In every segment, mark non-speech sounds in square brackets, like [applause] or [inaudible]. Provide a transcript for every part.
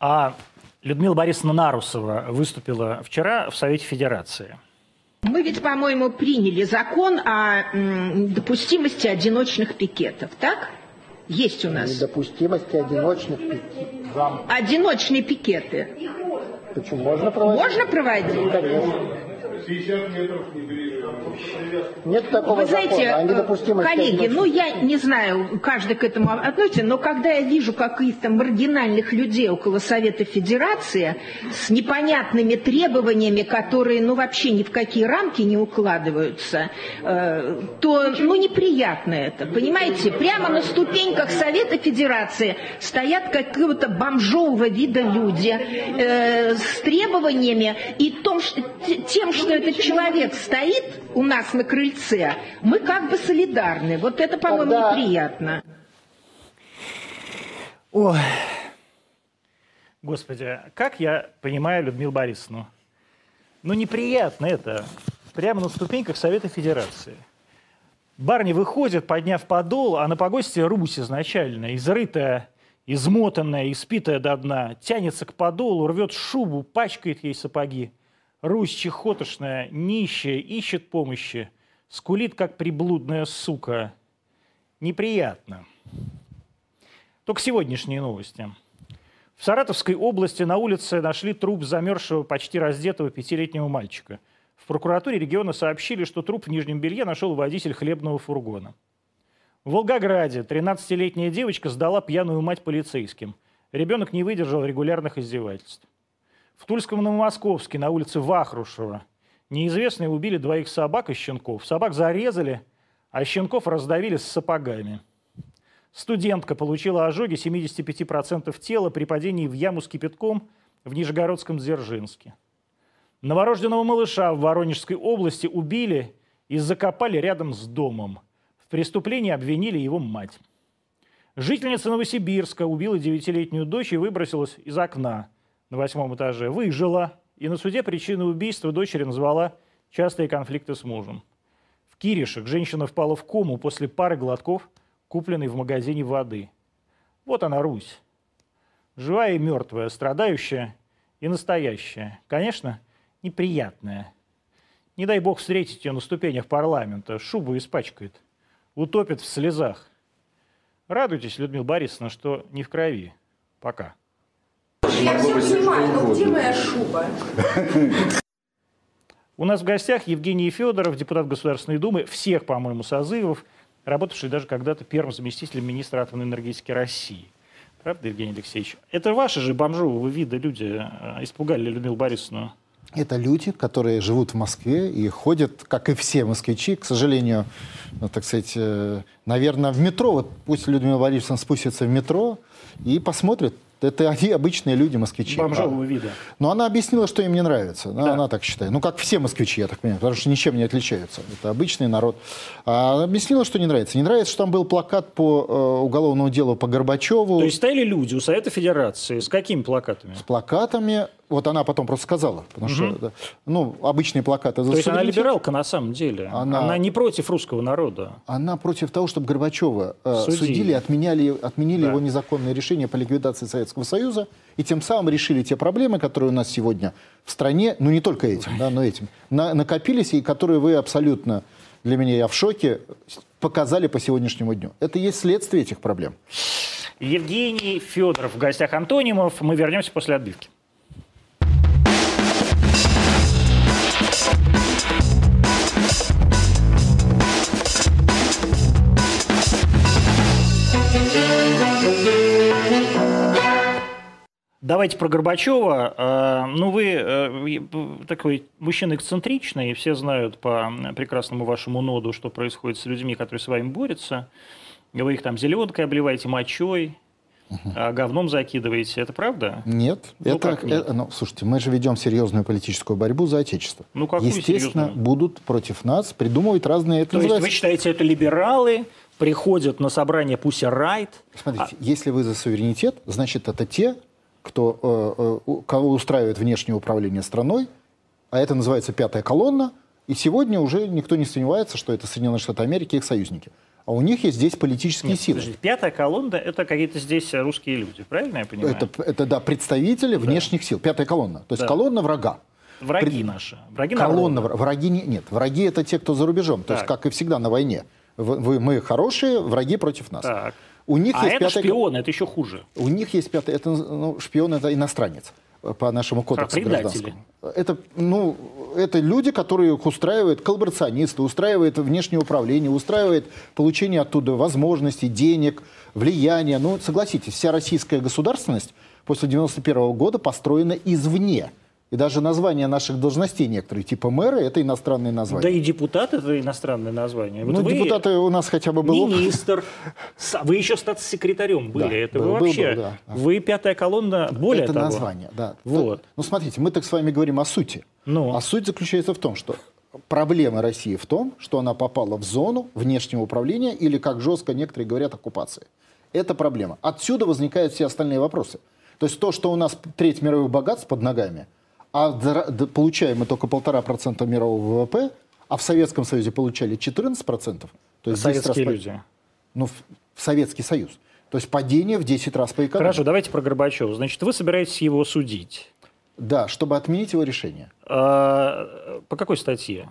А Людмила Борисовна Нарусова выступила вчера в Совете Федерации. Мы ведь, по-моему, приняли закон о м, допустимости одиночных пикетов, так? Есть у нас Недопустимости одиночных пик- зам. одиночные пикеты. Почему? Можно проводить? Можно проводить? Конечно. Нет такого Вы знаете, закона о э, недопустимости коллеги, одиночных ну я не знаю, каждый к этому относится, но когда я вижу каких-то маргинальных людей около Совета Федерации с непонятными требованиями, которые ну вообще ни в какие рамки не укладываются, э, то ну неприятно это, понимаете? Прямо на ступеньках Совета Федерации стоят какого-то бомжового вида люди э, с требованиями и том, ш- т- тем, что этот человек стоит у нас на крыльце, мы как бы солидарны. Вот это, по-моему, Тогда- неприятно. Ой. Господи, как я понимаю Людмилу Борисовну? Ну, неприятно это. Прямо на ступеньках Совета Федерации. Барни выходит, подняв подол, а на погосте Русь изначально, изрытая, измотанная, испитая до дна, тянется к подолу, рвет шубу, пачкает ей сапоги. Русь чехотошная, нищая, ищет помощи, скулит, как приблудная сука. Неприятно. Только сегодняшние новости. В Саратовской области на улице нашли труп замерзшего, почти раздетого пятилетнего мальчика. В прокуратуре региона сообщили, что труп в нижнем белье нашел водитель хлебного фургона. В Волгограде 13-летняя девочка сдала пьяную мать полицейским. Ребенок не выдержал регулярных издевательств. В Тульском Новомосковске на улице Вахрушева неизвестные убили двоих собак и щенков. Собак зарезали, а щенков раздавили с сапогами. Студентка получила ожоги 75% тела при падении в яму с кипятком в Нижегородском Дзержинске. Новорожденного малыша в Воронежской области убили и закопали рядом с домом. В преступлении обвинили его мать. Жительница Новосибирска убила девятилетнюю дочь и выбросилась из окна на восьмом этаже. Выжила и на суде причину убийства дочери назвала частые конфликты с мужем. В Киришах женщина впала в кому после пары глотков, купленной в магазине воды. Вот она, Русь. Живая и мертвая, страдающая и настоящая. Конечно, неприятная. Не дай бог встретить ее на ступенях парламента, шубу испачкает, утопит в слезах. Радуйтесь, Людмила Борисовна, что не в крови. Пока. Я все понимаю, но где моя шуба? У нас в гостях Евгений Федоров, депутат Государственной Думы, всех, по-моему, созывов, работавший даже когда-то первым заместителем министра атомной энергетики России. Правда, Евгений Алексеевич? Это ваши же бомжового вида люди э, испугали Людмилу Борисовну. ну- Это люди, которые живут в Москве и ходят, как и все москвичи, к сожалению, ну, так сказать, наверное, в метро. Вот пусть Людмила Борисовна спустится в метро и посмотрит. Это они обычные люди, москвичи. Бомжового вида. Но она объяснила, что им не нравится. Она, она так считает. Ну, как все москвичи, я так понимаю, потому что ничем не отличаются. Это обычный народ. А она объяснила, что не нравится. Не нравится, что там был плакат по э, уголовному делу по Горбачеву. То есть стояли люди у Совета Федерации с какими плакатами? С плакатами. Вот она потом просто сказала, потому что, да, ну, обычные плакаты. за То есть она суверенитет. либералка на самом деле. Она, Она- не против русского народа. Она против того, чтобы Горбачева э, Судили. судили. отменяли, отменили Да. его незаконное решение по ликвидации Советского Союза, и тем самым решили те проблемы, которые у нас сегодня в стране, ну не только этим, да, но этим, на- накопились, и которые вы абсолютно, для меня я в шоке, с- показали по сегодняшнему дню. Это и есть следствие этих проблем. Евгений Федоров в гостях Антонимов. Мы вернемся после отбивки. Давайте про Горбачева. А, Ну, вы э, и, п- такой мужчина эксцентричный, и все знают по м, прекрасному вашему ноду, что происходит с людьми, которые с вами борются. И Вы их там зеленкой обливаете, мочой, а, говном закидываете. Это правда? Нет, Ну, это, как нет? э, ну, слушайте, мы же ведем серьезную политическую борьбу за отечество. Ну, какую Естественно, серьезную? будут против нас придумывать разные. Это То есть вы называется- считаете, это либералы приходят на собрание Пусть Райт? А, Смотрите, если вы за суверенитет, значит, это те, кто, э, э, у- кого устраивает внешнее управление страной, а это называется пятая колонна, и сегодня уже никто не сомневается, что это Соединенные Штаты Америки и их союзники. а у них есть здесь политические силы. Подожди, пятая колонна – это какие-то здесь русские люди, правильно я понимаю? Это, это да, представители внешних сил, пятая колонна. То есть Да. колонна врага. враги Пред- наши. Враги Колонна народа. вра- враги не- нет. Враги это те, кто за рубежом. То есть, Так. как и всегда на войне. Вы, вы- мы хорошие, враги против нас. Так. У них А есть это пятая- шпионы, это еще хуже. У них есть пятый, это ну, шпион, это иностранец э, по нашему кодексу А, предатели. гражданскому. Это, ну, это люди, которые их устраивают коллаборационисты, устраивает внешнее управление, устраивает получение оттуда возможностей, денег, влияния. Ну, согласитесь, вся российская государственность после 91 года построена извне. И даже названия наших должностей некоторые, типа мэра, это иностранные названия. Да и депутат – это иностранное название. Вот ну, вы депутаты у нас хотя бы было... Министр. Са- Вы еще статс-секретарем были. Да, это был- вы был, вообще... был, да. Вы пятая колонна, более это того. название, да. Вот. Да. Ну, смотрите, мы так с вами говорим о сути. Ну. А суть заключается в том, что проблема России в том, что она попала в зону внешнего управления или, как жестко некоторые говорят, оккупации. Это проблема. Отсюда возникают все остальные вопросы. То есть то, что у нас треть мировых богатств под ногами, а дра- д- получаем мы только полтора процента мирового ВВП, а в Советском Союзе получали 14%. процентов. То есть 10 раз Советские по- люди. Ну, в, в Советский Союз. То есть падение в 10 раз по экономике. Хорошо, давайте про Горбачева. Значит, вы собираетесь его судить. Да, чтобы отменить его решение. А, по какой статье?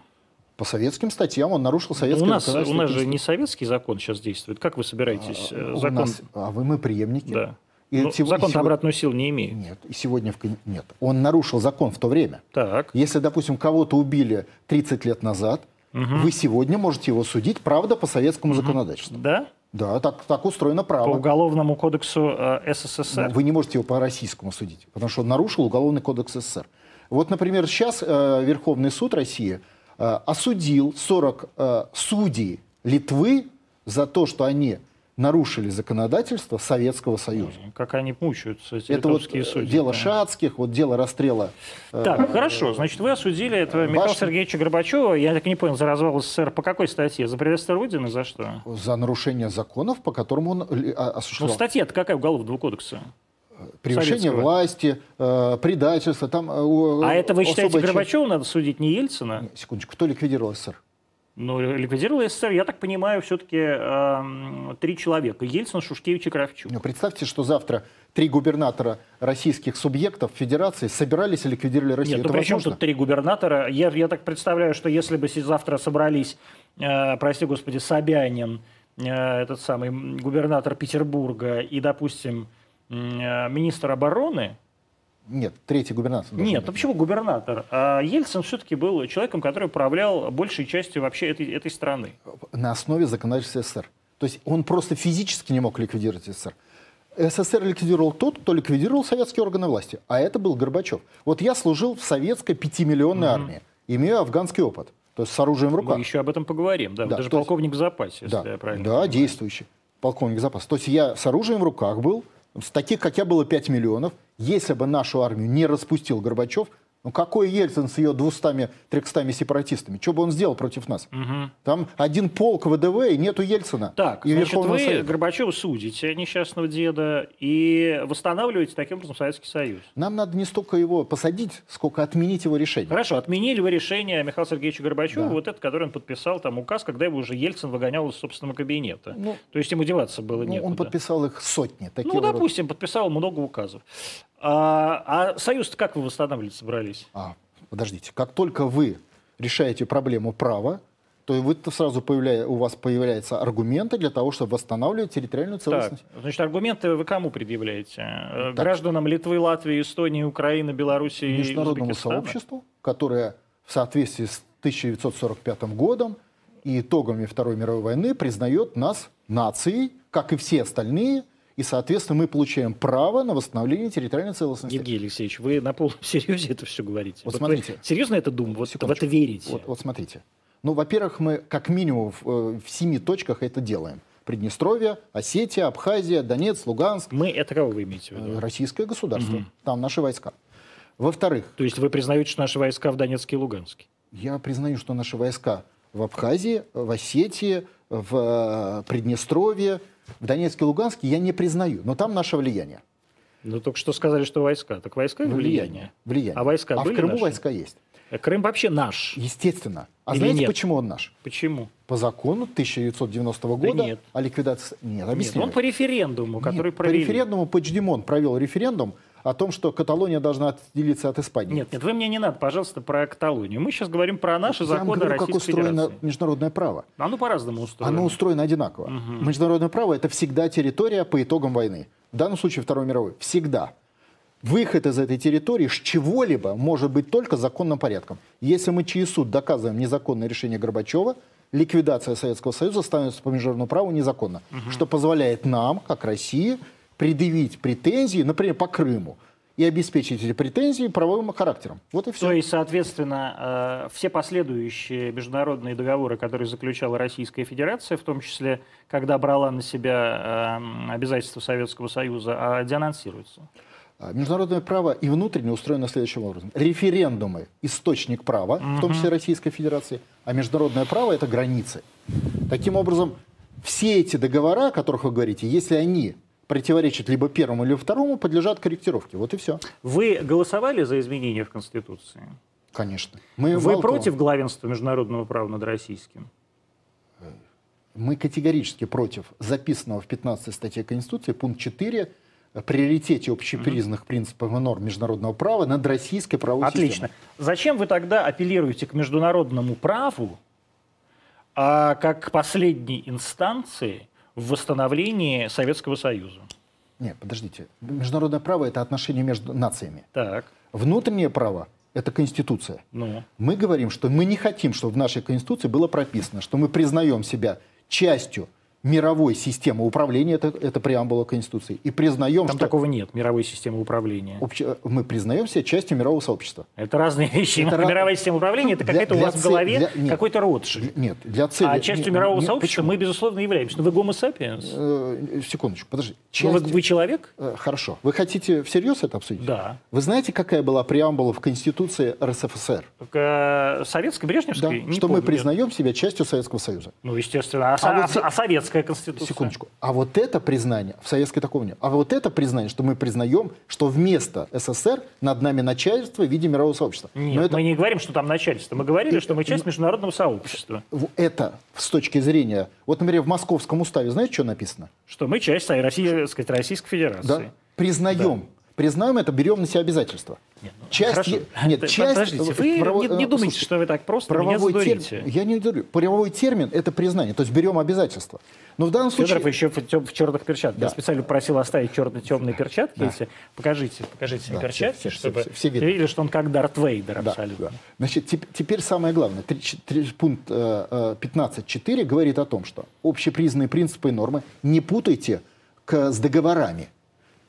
По советским статьям он нарушил советское Ну, у нас, у законодательство. нас же не советский закон сейчас действует. Как вы собираетесь э, У закон? нас- а вы мы преемники. Да. И Ну, сего- и закон сего- обратную силу не имеет. Нет, и сегодня в... кон- нет. Он нарушил закон в то время. Так. Если, допустим, кого-то убили 30 лет назад, вы сегодня можете его судить, правда, по советскому законодательству. Да? Да, так, так устроено По право. Ну, уголовному кодексу э, СССР. Вы не можете его по российскому судить, потому что он нарушил Уголовный кодекс СССР. Вот, например, сейчас э, Верховный суд России э, осудил 40 э, судей Литвы за то, что они нарушили законодательство Советского Союза. Как они мучаются, эти Это вот литовские э, судьи. дело да. Шацких, вот дело расстрела. э, Так, хорошо. Значит, вы осудили этого Михаила Башни. Сергеевича Горбачева. Я так и не понял, за развал СССР по какой статье? За предательство Родины? За что? за нарушение законов, по которым он э, а- Ну, осуществлял статья-то какая Уголовного кодекса? превышение советского. власти, э, предательство. Там, э, у- А это вы особая считаете, часть- Горбачева надо судить, не Ельцина? Секундочку, кто ликвидировал СССР? Ну, ликвидировал СССР, я так понимаю, все-таки три человека. Ельцин, Шушкевич и Кравчук. Ну, Представьте, что завтра три губернатора российских субъектов Федерации собирались и ликвидировали Россию. Нет, ну Это при чем возможно? тут три губернатора? Я, я так представляю, что если бы се- завтра собрались, э, прости господи, Собянин, э, этот самый м, губернатор Петербурга и, допустим, м, э, министр обороны, Нет, третий губернатор. должен Нет, быть. ну почему губернатор? А Ельцин все-таки был человеком, который управлял большей частью вообще этой, этой страны. На основе законодательства СССР. То есть он просто физически не мог ликвидировать СССР. СССР ликвидировал тот, кто ликвидировал советские органы власти. А это был Горбачев. Вот я служил в советской пятимиллионной армии. Имею афганский опыт. То есть с оружием в Мы руках. еще об этом поговорим. Да, Да, даже то есть- полковник в запасе, если да, я правильно да, понимаю. действующий полковник запаса. То есть я с оружием в руках был, с таких, как я, было 5 миллионов. Если бы нашу армию не распустил Горбачев, ну какой Ельцин с ее 200-300 сепаратистами? Что бы он сделал против нас? Там один полк ВДВ и нету Ельцина. Так, и значит, Верховного вы Совета. Горбачева судите, несчастного деда, и восстанавливаете таким образом Советский Союз. Нам надо не столько его посадить, сколько отменить его решение. Хорошо, отменили вы решение Михаила Сергеевича Горбачева, Да. вот это, который он подписал, там указ, когда его уже Ельцин выгонял из собственного кабинета. Ну, То есть ему деваться было Ну, некуда. он подписал их сотни. Такие Ну, вот. допустим, подписал много указов. А, а союз-то как вы восстанавливать собрались? А, подождите, как только вы решаете проблему права, то вы -то сразу появля... у вас появляются аргументы для того, чтобы восстанавливать территориальную Так, целостность. значит, аргументы вы кому предъявляете? Э, Так. Гражданам Литвы, Латвии, Эстонии, Украины, Белоруссии и Международному Узбекистана? сообществу, которое в соответствии с 1945 годом и итогами Второй мировой войны признает нас нацией, как и все остальные, и, соответственно, мы получаем право на восстановление территориальной целостности. Евгений Алексеевич, вы на полном [laughs] серьезе это все говорите. Вот вы смотрите. серьезно это думаете? Вот в это Секундочку. верите? Вот, вот смотрите. Ну, во-первых, мы как минимум в, э, в семи точках это делаем. Приднестровье, Осетия, Абхазия, Донец, Луганск, Мы, это кого вы имеете в э, виду? российское государство. Там наши войска. Во-вторых, То есть вы признаете, что наши войска в Донецке и Луганске? я признаю, что наши войска в Абхазии, в Осетии, в э, Приднестровье, в Донецке и Луганске я не признаю, но там наше влияние. Ну, только что сказали, что войска. Так войска и влияние. Влияние. А войска а были в Крыму наши? войска есть. Крым вообще наш. Естественно. А Или знаете, нет? почему он наш? Почему? По закону 1990 года нет. о ликвидации... Нет, Нет, объясняю. он по референдуму, который Нет, провели. По референдуму Почдемон провел референдум о том, что Каталония должна отделиться от Испании. Нет, нет, вы мне не надо, пожалуйста, про Каталонию. Мы сейчас говорим про наши Я вам законы говорю, как Российской устроено Федерации. международное право. Оно по-разному устроено. Оно устроено одинаково. Международное право – это всегда территория по итогам войны. В данном случае Второй мировой. Всегда. Выход из этой территории с чего-либо может быть только законным порядком. Если мы через суд доказываем незаконное решение Горбачева, ликвидация Советского Союза становится по международному праву незаконно, что позволяет нам, как России, предъявить претензии, например, по Крыму, и обеспечить эти претензии правовым характером. Вот и все. То есть, соответственно, э, все последующие международные договоры, которые заключала Российская Федерация, в том числе, когда брала на себя э, обязательства Советского Союза, а, денонсируются. А, Международное право и внутренне устроено следующим образом. Референдумы – источник права, в том числе Российской Федерации, а международное право – это границы. Таким образом, все эти договора, о которых вы говорите, если они противоречат либо первому, либо второму, подлежат корректировке. Вот и все. Вы голосовали за изменения в Конституции? Конечно. Мы, Вы мало того, против главенства международного права над российским? мы категорически против записанного в 15 статье Конституции пункт 4 о приоритете общепризнанных принципов и норм международного права над российской правовой Отлично. системой. Зачем вы тогда апеллируете к международному праву, а как к последней инстанции в восстановлении Советского Союза? Нет, подождите. Международное право – это отношения между нациями. Так, Внутреннее право – это Конституция. ну. Мы говорим, что мы не хотим, чтобы в нашей Конституции было прописано, что мы признаем себя частью мировой системы управления, это, это преамбула Конституции, и Там признаем, Ну, что такого нет, мировой системы управления. обще- мы признаем себя частью мирового сообщества. Это разные вещи. Это ра- Мировая система управления это Для- какая-то у для вас в ц- голове для- нет. какой-то ротшильд. Нет, для цели... А частью не- мирового не- сообщества мы, безусловно, являемся. Но вы гомо сапиенс. почему? Э, Секундочку, подожди. Ну, Вы, Частью- вы человек? Э, Хорошо. Вы хотите всерьез это обсудить? Да. Вы знаете, какая была преамбула в Конституции РСФСР? Только, э, Советской, Да, Брежневской? Не что мы помню. признаем себя частью Советского Союза. Ну, естественно. А, со- вот а- се- а советская конституция? Секундочку. А вот это признание, в советской такого нет, а вот это признание, что мы признаем, что вместо СССР над нами начальство в виде мирового сообщества. Нет, Но это, э, ну мы не говорим, что там начальство. Мы говорили, что мы часть международного сообщества. в- это с точки зрения... Вот, например, в Московском уставе, знаете, что написано? Что мы часть Со- России, так сказать, Российской Федерации. Признаем. Признаем это, берем на себя обязательства. часть... ну, Хорошо. е- Нет, П- часть... Подождите, вы право- не, не э, думайте, слушайте, что вы так просто меня Правовой термин, задурите. я не говорю, правовой термин – это признание, то есть берем обязательства. Но в данном случае... Федоров еще в, тем- в черных перчатках. Я Да. специально просил оставить черно-темные перчатки. Если покажите, покажите Да, перчатки, все- все- чтобы все- все видно. видели, что он как Дарт Вейдер Да, абсолютно. да. Значит, теп- теперь самое главное. Три- ч- три- пункт э, э, 15.4 говорит о том, что общепризнанные принципы и нормы не путайте к- с договорами.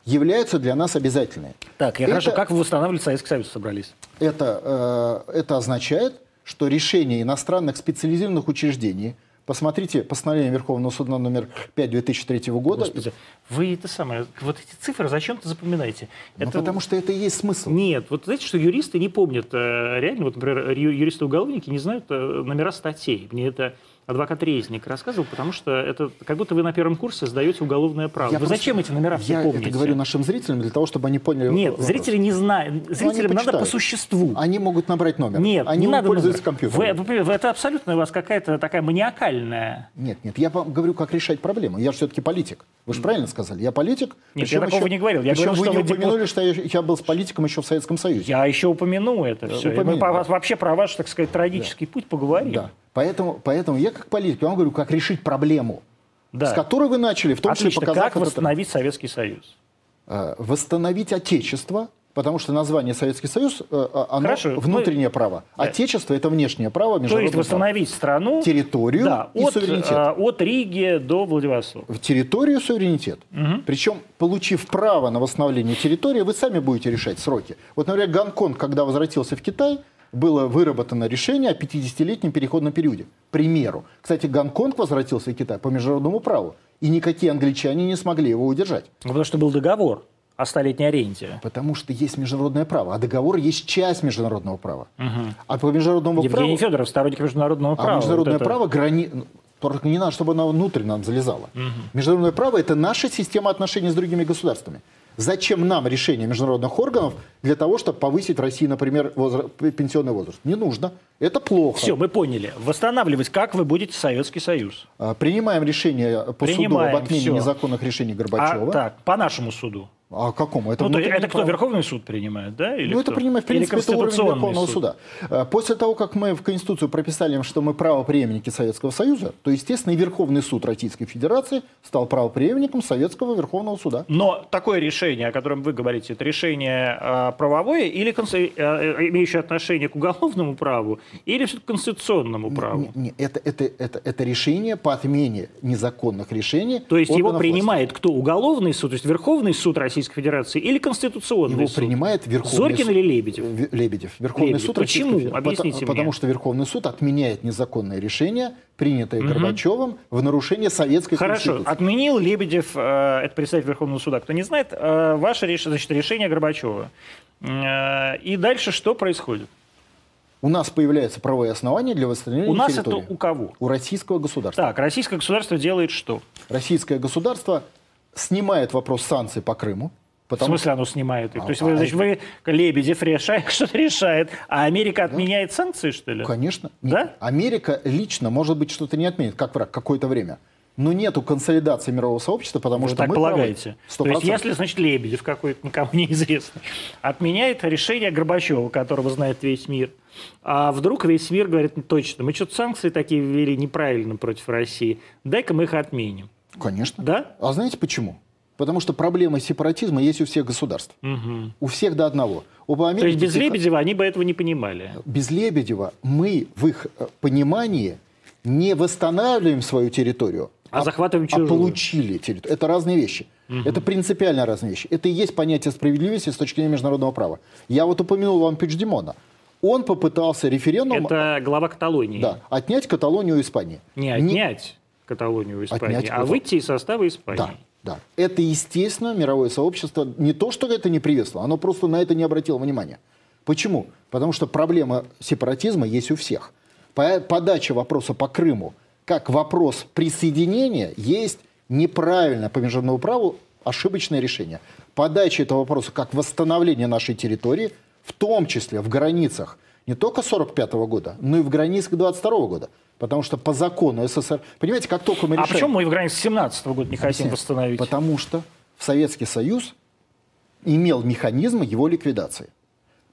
Являются для нас обязательные. Так, я это, хорошо. Как вы восстанавливать Советский Союз собрались? Это, э, это означает, что решение иностранных специализированных учреждений, посмотрите постановление Верховного суда номер 5 2003 года, Господи, вы это самое, вот эти цифры зачем-то запоминаете? ну, Это- Ну, потому что это и есть смысл. Нет, вот знаете, что юристы не помнят, э, реально, вот, например, ю- юристы-уголовники не знают э, номера статей. Мне это адвокат Резник рассказывал, потому что это как будто вы на первом курсе сдаете уголовное право. Я вы просто- зачем эти номера все Я помните? это говорю нашим зрителям для того, чтобы они поняли. Нет, вопрос. зрители не знают. Ну, они Зрителям надо по почитают. существу. Они могут набрать номер. Нет, не они надо пользуются номера. компьютером. Вы- вы- вы- это абсолютно у вас какая-то такая маниакальная. Нет, нет, я вам говорю, как решать проблему. Я же все-таки политик. Вы же правильно сказали, я политик. Нет, Причем я такого не говорил. Я причем говорил, вы что не вы депутат. упомянули, что я, я был с политиком еще в Советском Союзе. Я еще упомяну это все. И Мы упомянули, по- Э, да. вообще про ваш, так сказать, трагический путь поговорим. Да. Поэтому, поэтому я как политик, я вам говорю, как решить проблему, Да. с которой вы начали, в том числе Отлично. показав Как этот- восстановить Советский Союз? э, восстановить отечество, потому что название Советский Союз, э, э, оно Хорошо, внутреннее право. Да. Отечество – это внешнее То право, есть международное право. восстановить страну, Территорию да, и от, суверенитет. э, от Риги до Владивостока. в территорию суверенитет. Причем, получив право на восстановление территории, вы сами будете решать сроки. Вот, например, Гонконг, когда возвратился в Китай, было выработано решение о 50-летнем переходном периоде. К примеру. Кстати, Гонконг возвратился в Китай по международному праву. И никакие англичане не смогли его удержать. Ну, Потому что был договор о столетней аренде. Потому что есть международное право. А договор есть часть международного права. А по международному Евгений праву... Федоров, сторонник международного А права. вот международное это- право грани... ну, Только не надо, чтобы оно внутрь нам залезало. Международное право – это наша система отношений с другими государствами. Зачем нам решение международных органов для того, чтобы повысить в России, например, возра- пенсионный возраст? Не нужно. Это плохо. Все, мы поняли. Восстанавливать как вы будете Советский Союз? А, Принимаем решение по суду Принимаем, об отмене всё. незаконных решений А, Горбачева. так, по нашему суду. А какому? Ну, то есть внутренний это кто, правовый. Верховный суд принимает, да? Или ну, это кто? принимает, в Или принципе, это уровень Конституционный Верховного суд? суда. Э, После того, как мы в Конституцию прописали, что мы правопреемники Советского Союза, то, естественно, и Верховный суд Российской Федерации стал правопреемником Советского Верховного суда. Но такое решение, о котором вы говорите, это решение э, правовое или конс- э, э, имеющее отношение к уголовному праву, или все-таки к конституционному праву? Не- не, это, это, это, это решение по отмене незаконных решений. То есть его органов власти. принимает кто? Уголовный суд, то есть Верховный суд Российской Федерации или Конституционный Его суд? принимает Верховный Зоркин суд. или Лебедев? Ве- Лебедев. Верховный Лебедев. суд Российской Почему? Федерации. Объясните потому, мне. потому что Верховный суд отменяет незаконное решение, принятое Горбачевым в нарушение советской Хорошо, конституции. отменил Лебедев, э, это представитель Верховного суда. Кто не знает, э, ваше реш- значит, решение Горбачева. Э, И дальше что происходит? У нас появляется правовое основание для восстановления У нас территории. это у кого? У российского государства. Так, российское государство делает что? Российское государство снимает вопрос санкций по Крыму. В Потому смысле оно снимает их? А, То есть, а вы, значит, это- вы Лебедев решает, [laughs] что-то решает, а Америка Ну, отменяет санкции, что ли? что, конечно, нет. Да? Америка лично, может быть, что-то не отменит, как враг, какое-то время. Но нету консолидации мирового сообщества, потому Вы что так мы полагаете. Сто То есть, если, значит, Лебедев какой-то [laughs] никому неизвестный отменяет решение Горбачева, которого знает весь мир, а вдруг весь мир говорит, «Ну, точно, мы что-то санкции такие ввели неправильно против России, дай-ка мы их отменим. Конечно. Да? А знаете почему? Потому что проблема сепаратизма есть у всех государств. У всех до одного. Оба То есть Америки без тихо- Лебедева они бы этого не понимали. без Лебедева мы в их э, понимании не восстанавливаем свою территорию, А захватываем чужую. А получили территорию. Это разные вещи. Это принципиально разные вещи. Это и есть понятие справедливости с точки зрения международного права. Я вот упомянул вам Пичдемона. Он попытался референдум Это глава Каталонии. Ну, да, отнять Каталонию у Испании. Не отнять Каталонию у Испании, Отнять а Каталонию. выйти из состава Испании. Да, да. Это, естественно, мировое сообщество не то, что это не приветствовало, оно просто на это не обратило внимания. Почему? Потому что проблема сепаратизма есть у всех. По- Подача вопроса по Крыму как вопрос присоединения есть неправильно по международному праву ошибочное решение. Подача этого вопроса как восстановление нашей территории, в том числе в границах не только 45 года, но и в границах 22 года. Потому что по закону СССР... Понимаете, как только мы А решаем... почему мы в границе 17 года не хотим восстановить? Потому что Советский Союз имел механизмы его ликвидации.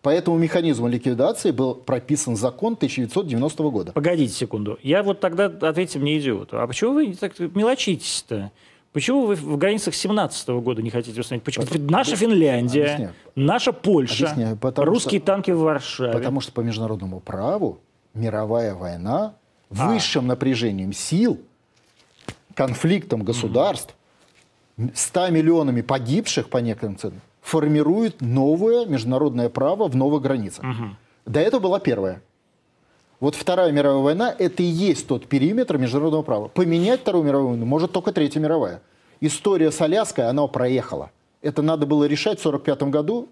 По этому механизму ликвидации был прописан закон 1990 года. Погодите секунду. Я вот тогда ответьте мне идиоту. А почему вы так мелочитесь-то? Почему вы в границах 17 года не хотите восстановить? Почему? Наша Финляндия, Ну, Объясняю. наша Польша, Объясняю, потому русские что- танки в Варшаве. Потому что по международному праву мировая война А. высшим напряжением сил, конфликтом государств, 100 миллионами погибших по некоторым ценам, формирует новое международное право в новых границах. До этого была первая. Вот Вторая мировая война – это и есть тот периметр международного права. Поменять Вторую мировую войну может только Третья мировая. История с Аляской, она проехала. Это надо было решать в 1945 году,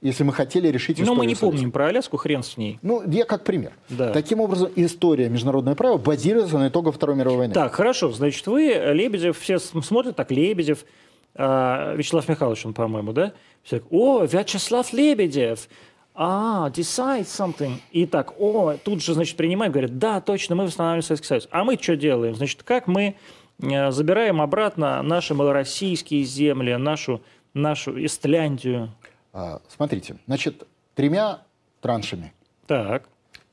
если мы хотели решить Но историю Ну, мы не с Аляской. помним про Аляску, хрен с ней. Ну, я как пример. Да. Таким образом, история международного права базируется на итогах Второй мировой войны. Так, хорошо, значит, вы, э, Лебедев, все с- смотрят так, Лебедев, а, Вячеслав Михайлович, он, по-моему, да? Все так, о, Вячеслав Лебедев, а, decide something. И так, о, тут же, значит, принимают, говорят, да, точно, мы восстанавливаем Советский Союз. А мы что делаем? Значит, как мы э, забираем обратно наши малороссийские земли, нашу, нашу Истляндию? А, смотрите, значит, тремя траншами. Так,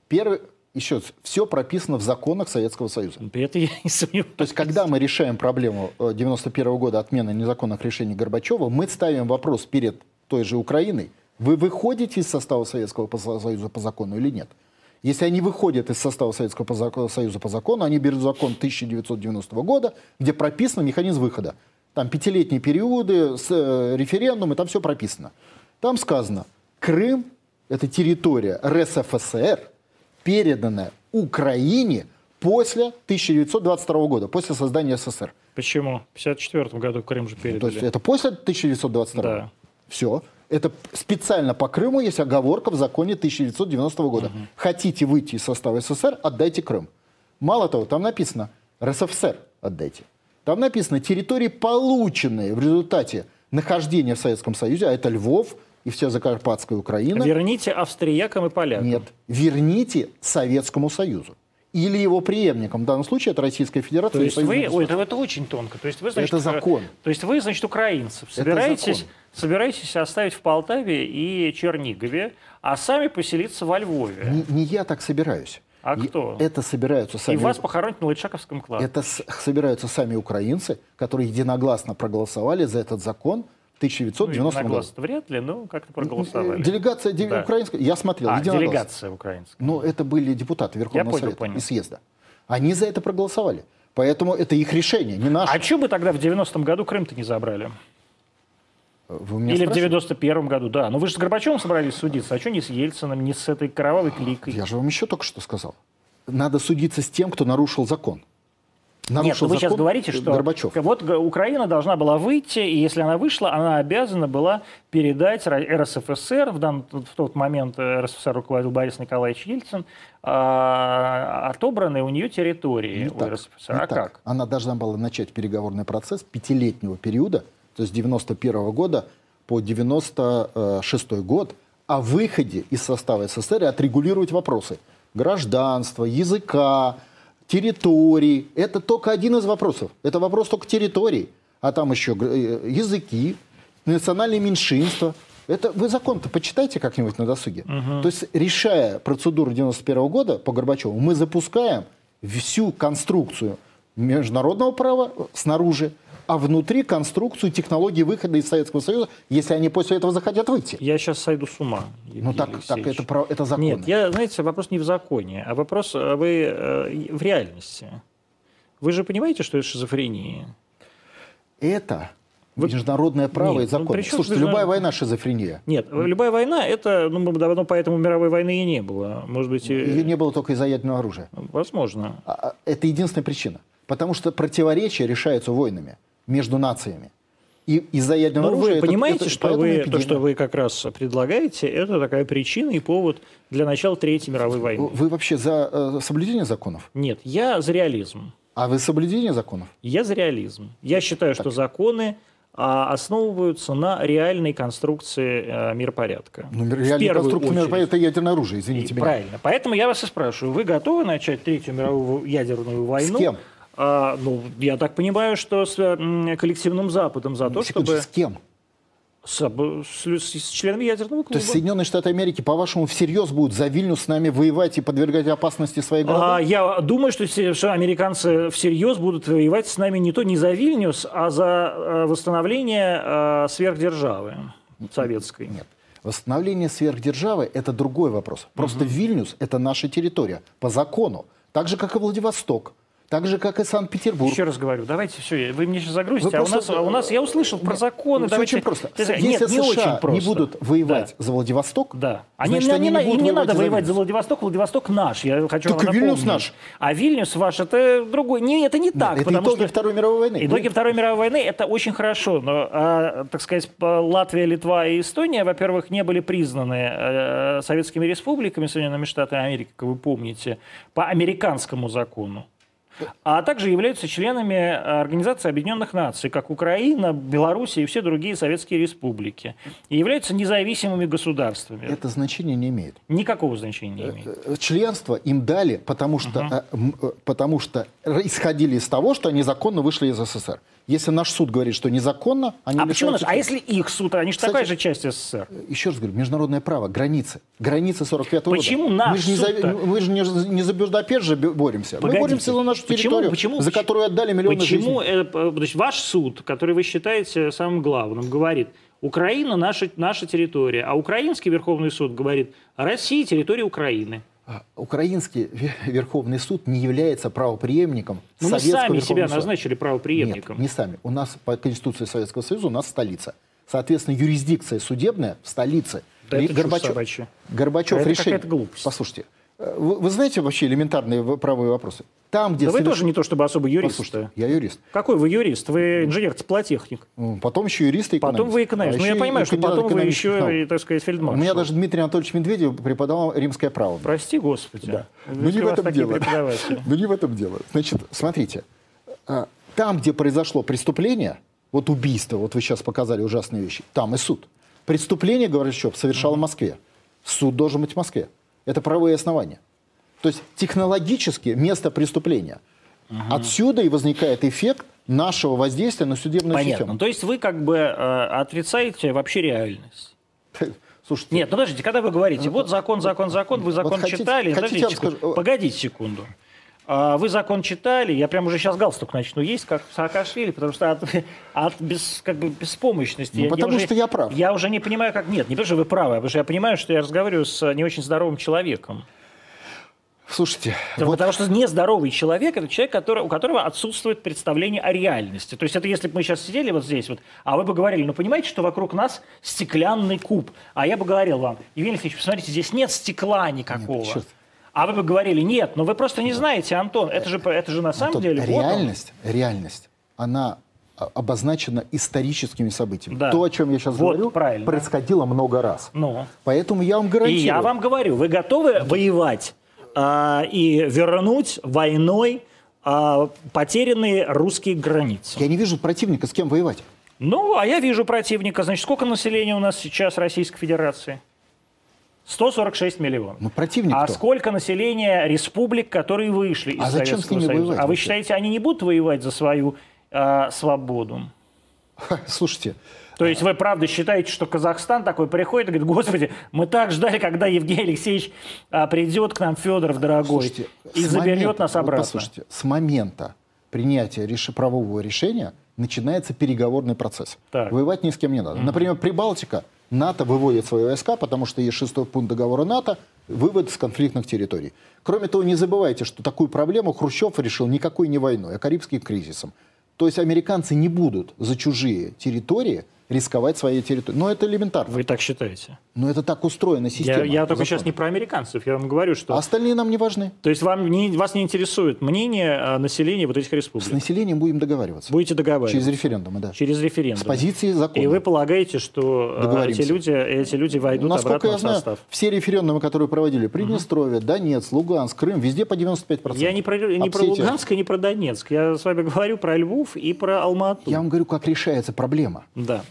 Первый, еще раз, все прописано в законах Советского Союза. это я не [laughs] сомневаюсь. То есть, когда мы решаем проблему 1991 года отмены незаконных решений Горбачева, мы ставим вопрос перед той же Украиной, вы выходите из состава Советского по- Союза по закону или нет? Если они выходят из состава Советского по зако- Союза по закону, они берут закон 1990 года, где прописан механизм выхода. Там пятилетние периоды, с, э, референдумы, там все прописано. Там сказано, Крым – это территория РСФСР, переданная Украине после 1922 года, после создания СССР. Почему? В 1954 году Крым же передали. Ну, То есть это после 1922? Да. Все. Это специально по Крыму есть оговорка в законе 1990 года. Хотите выйти из состава СССР, отдайте Крым. Мало того, там написано РСФСР отдайте. Там написано территории, полученные в результате нахождение в Советском Союзе, а это Львов и вся Закарпатская Украина. Верните австриякам и полякам. Нет, верните Советскому Союзу. Или его преемникам. В данном случае это Российская Федерация. То или есть Союз вы, ой, Государств. это, это очень тонко. То есть вы, значит, Это э, закон. То есть вы, значит, украинцев собираетесь, закон. собираетесь оставить в Полтаве и Чернигове, а сами поселиться во Львове. не, не я так собираюсь. А И кто? Это собираются И сами. вас похоронят на Лычаковском кладе. Это с- собираются сами украинцы, которые единогласно проголосовали за этот Ну, закон в 1990 на году. глаз вряд ли, но как-то Э, проголосовали. Делегация де- Да. украинская, я смотрел, а, единогласно. делегация украинская. Но это были депутаты Верховного понял, Совета понял. и съезда. Они за это проголосовали. Поэтому это их решение, не наше. А что бы тогда в 90-м году Крым-то не забрали? Вы меня А Или спрашиваете? в 91-м году, да. Ну вы же с Горбачевым собрались судиться, а что не с Ельциным, не с этой кровавой кликой? Я же вам еще только что сказал. Надо судиться с тем, кто нарушил закон. Нет, ну Нарушил вы сейчас закон говорите, что Горбачев. вот г- Украина должна была выйти, и если она вышла, она обязана была передать Ра- РСФСР, в, дан- в тот момент э, РСФСР руководил Борис Николаевич Ельцин, а, отобранные у нее территории Не у так, РСФСР. не а так. как? Она должна была начать переговорный процесс пятилетнего периода, то есть с 91 года по 96 год, о выходе из состава СССР и отрегулировать вопросы гражданства, языка, территории. Это только один из вопросов. Это вопрос только территории. А там еще э, языки, национальные меньшинства. Это вы закон-то почитайте как-нибудь на досуге. То есть, решая процедуру 91 года по Горбачеву, мы запускаем всю конструкцию международного права снаружи, а внутри конструкцию технологий выхода из Советского Союза, если они после этого захотят выйти. Я сейчас сойду с ума. Ну Евгений так, так Алексеевич. это, прав- это законно. Нет, я, знаете, вопрос не в законе, а вопрос э, вы э, в реальности. Вы же понимаете, что это шизофрения? Это Вы- международное право Нет, и ну закон. при чем Слушайте, международ- любая война шизофрения. Нет, любая война, это, ну, давно поэтому мировой войны и не было. Может быть, э, и- Ее не было только из-за ядерного оружия. возможно. А, а, Это единственная причина. Потому что противоречия решаются войнами между нациями. И из-за Но ядерного Ну, вы оружия... же это- понимаете, это- что поэтому вы, то, эпидемия. что вы как раз предлагаете, это такая причина и повод для начала Третьей мировой войны. Вы вообще за э, соблюдение законов? Нет, я за реализм. А вы соблюдение законов? Я за реализм. Я считаю, что законы а, основываются на реальной конструкции а, миропорядка. Ну, В реальный первую конструкция мира, очередь. это ядерное оружие, И извините меня. Правильно. Поэтому я вас и спрашиваю, вы готовы начать Третью мировую ядерную войну? С кем? А, ну, я так понимаю, что с м, коллективным Западом за то, Секундочку, чтобы С кем? с, об- с лю- с членами ядерного То клуба. есть Соединенные Штаты Америки, по-вашему, всерьез будут за Вильнюс с нами воевать и подвергать опасности свои города? А, я думаю, что, все- что американцы всерьез будут воевать с нами не то не за Вильнюс, а за э, восстановление э, сверхдержавы советской. Нет. Восстановление сверхдержавы – это другой вопрос. Просто Вильнюс – это наша территория по закону. Так же, как и Владивосток, так же, как и Санкт-Петербург. Еще раз говорю, давайте все, вы мне сейчас загрузите, Вы а просто- у нас, а у нас я услышал про Нет, ну законы. всё давайте- очень просто. Ты- Если Нет, не США очень просто. не будут воевать Да. за Владивосток, Да. Они, значит, они они, на- им не не будут воевать надо за воевать за Вильнюс. Владивосток, Владивосток наш. Я хочу Так вам и Вильнюс напомнить. наш. А Вильнюс ваш, это другой. Не, это не так. это потому итоги что... Второй мировой войны. Итоги Вы- Второй мировой войны это очень хорошо, но, а, так сказать, по- Латвия, Литва и Эстония, во-первых, не были признаны э, советскими республиками Соединенными Штатами Америки, как вы помните, по американскому закону. А также являются членами э, Организации Объединенных Наций, как Украина, Белоруссия и все другие советские республики. И являются независимыми государствами. Это значение не имеет. Никакого значения не имеет. Э, Членство им дали, потому что, э, м, э, потому что исходили из того, что они законно вышли из СССр. Если наш суд говорит, что незаконно, они А почему? лишаются наш- А если их суд, они же Кстати, такая же часть СССР. Еще раз говорю, международное право, границы. Границы 45 года. Почему мы наш же не, за, суд-то? мы же не, за- не за бюджет же бе- боремся. Погодите. Мы боремся за нашу Почему- территорию, почему- за почему- которую отдали миллионы Почему жизней. э, п- значит, ваш суд, который вы считаете самым главным, говорит, Украина наша, наша территория, а украинский Верховный суд говорит, Россия территория Украины. А, Украинский ве- Верховный суд не является правоприемником Ну, мы Советского сами себя Верховного суда. назначили правоприемником. Нет, не сами. У нас по Конституции Советского Союза у нас столица. Соответственно, юрисдикция судебная в столице. Да И это чушь собачья. Горбачев А это решение. какая-то глупость. Послушайте, э, вы, вы знаете вообще элементарные в- правовые вопросы? Там, где да вы соверш- тоже не то чтобы особо юрист. Послушайте, я юрист. Какой вы юрист? Вы инженер-теплотехник. Ну, Потом еще юристы и экономист. Потом вы экономист. А ну, еще я и понимаю, что кандидат потом вы экономических наук. еще, и, так сказать, У фельдмаршал. меня даже Дмитрий Анатольевич Медведев преподавал римское право. Прости, Господи. Ну, Если не у в вас этом такие дело. преподаватели. Ну не в этом дело. Значит, смотрите, а, там, где произошло преступление, вот убийство, вот вы сейчас показали ужасные вещи, там и суд. Преступление, Горбачев совершал в Москве. Суд должен быть в Москве. Это правовые основания. То есть технологически место преступления. Отсюда и возникает эффект нашего воздействия [laughs] на судебную Понятно. То есть вы как бы э, отрицаете вообще реальность. систему. [laughs] Слушайте, Нет, ну подождите, когда вы говорите, вот закон, закон, закон, вы закон хотите- читали, хотите, подождите я вам секунду, скажу, э, погодите секунду. А, Вы закон читали, я прям уже сейчас галстук начну есть, как Саакашвили, потому что от, от бес- как бы беспомощности. Ну, потому уже- что я прав. Я уже не понимаю, как... Нет, не потому что вы правы, а потому что я понимаю, что я разговариваю с не очень здоровым человеком. слушайте, Да, вот Потому что нездоровый человек это человек, который, у которого отсутствует представление о реальности. То есть это если бы мы сейчас сидели вот здесь, вот, а вы бы говорили, ну понимаете, что вокруг нас стеклянный куб. А я бы говорил вам, Евгений Алексеевич, посмотрите, здесь нет стекла никакого. черт. а вы бы говорили, нет, но вы просто не знаете, Антон, это же, это же на самом Антон, деле... вот он». реальность, реальность, она а, обозначена историческими событиями. Да. То, о чем я сейчас Вот, говорю, правильно. происходило много раз. Ну. Поэтому я вам И гарантирую. я вам говорю, вы готовы воевать а, и вернуть войной а, потерянные русские границы? Я не вижу противника, с кем воевать. [laughs] Ну, а я вижу противника. Значит, сколько населения у нас сейчас Российской Федерации? 146 миллионов. Ну, противник А кто? сколько населения республик, которые вышли из А зачем с Советского ними Союза? воевать А вы вообще? считаете, они не будут воевать за свою э, свободу? Ха, Слушайте, То есть вы правда считаете, что Казахстан такой приходит и говорит, господи, мы так ждали, когда Евгений Алексеевич а, придет к нам, Федоров дорогой, слушайте, и с заберет момента- нас вот обратно. послушайте, с момента принятия реши- правового решения начинается переговорный процесс. Так. Воевать ни с кем не надо. Например, Прибалтика, НАТО выводит свои войска, потому что есть шестой пункт договора НАТО, вывод с конфликтных территорий. Кроме того, не забывайте, что такую проблему Хрущев решил никакой не войной, а Карибским кризисом. То есть американцы не будут за чужие территории рисковать своей территорией. Но это элементарно. Вы так считаете? Но это так устроена Я, система. я только сейчас закона. не про американцев, я вам говорю, что... А остальные нам не важны. То есть вам не, вас не интересует мнение а, населения вот этих С республик? населением будем договариваться. Будете договариваться Через через, референдумы, да. референдум. С позиции закона. И вы полагаете, что а, эти Договоримся. люди, эти люди войдут Насколько обратно я в знаю, состав? все референдумы, которые проводили, Приднестровье, Донец, Луганск, Крым, везде по 95%. Я не про, не про Обсети- Луганск и не про Донецк. Я с вами говорю про Львов и про Алмату. Я вам говорю, как решается проблема. Да.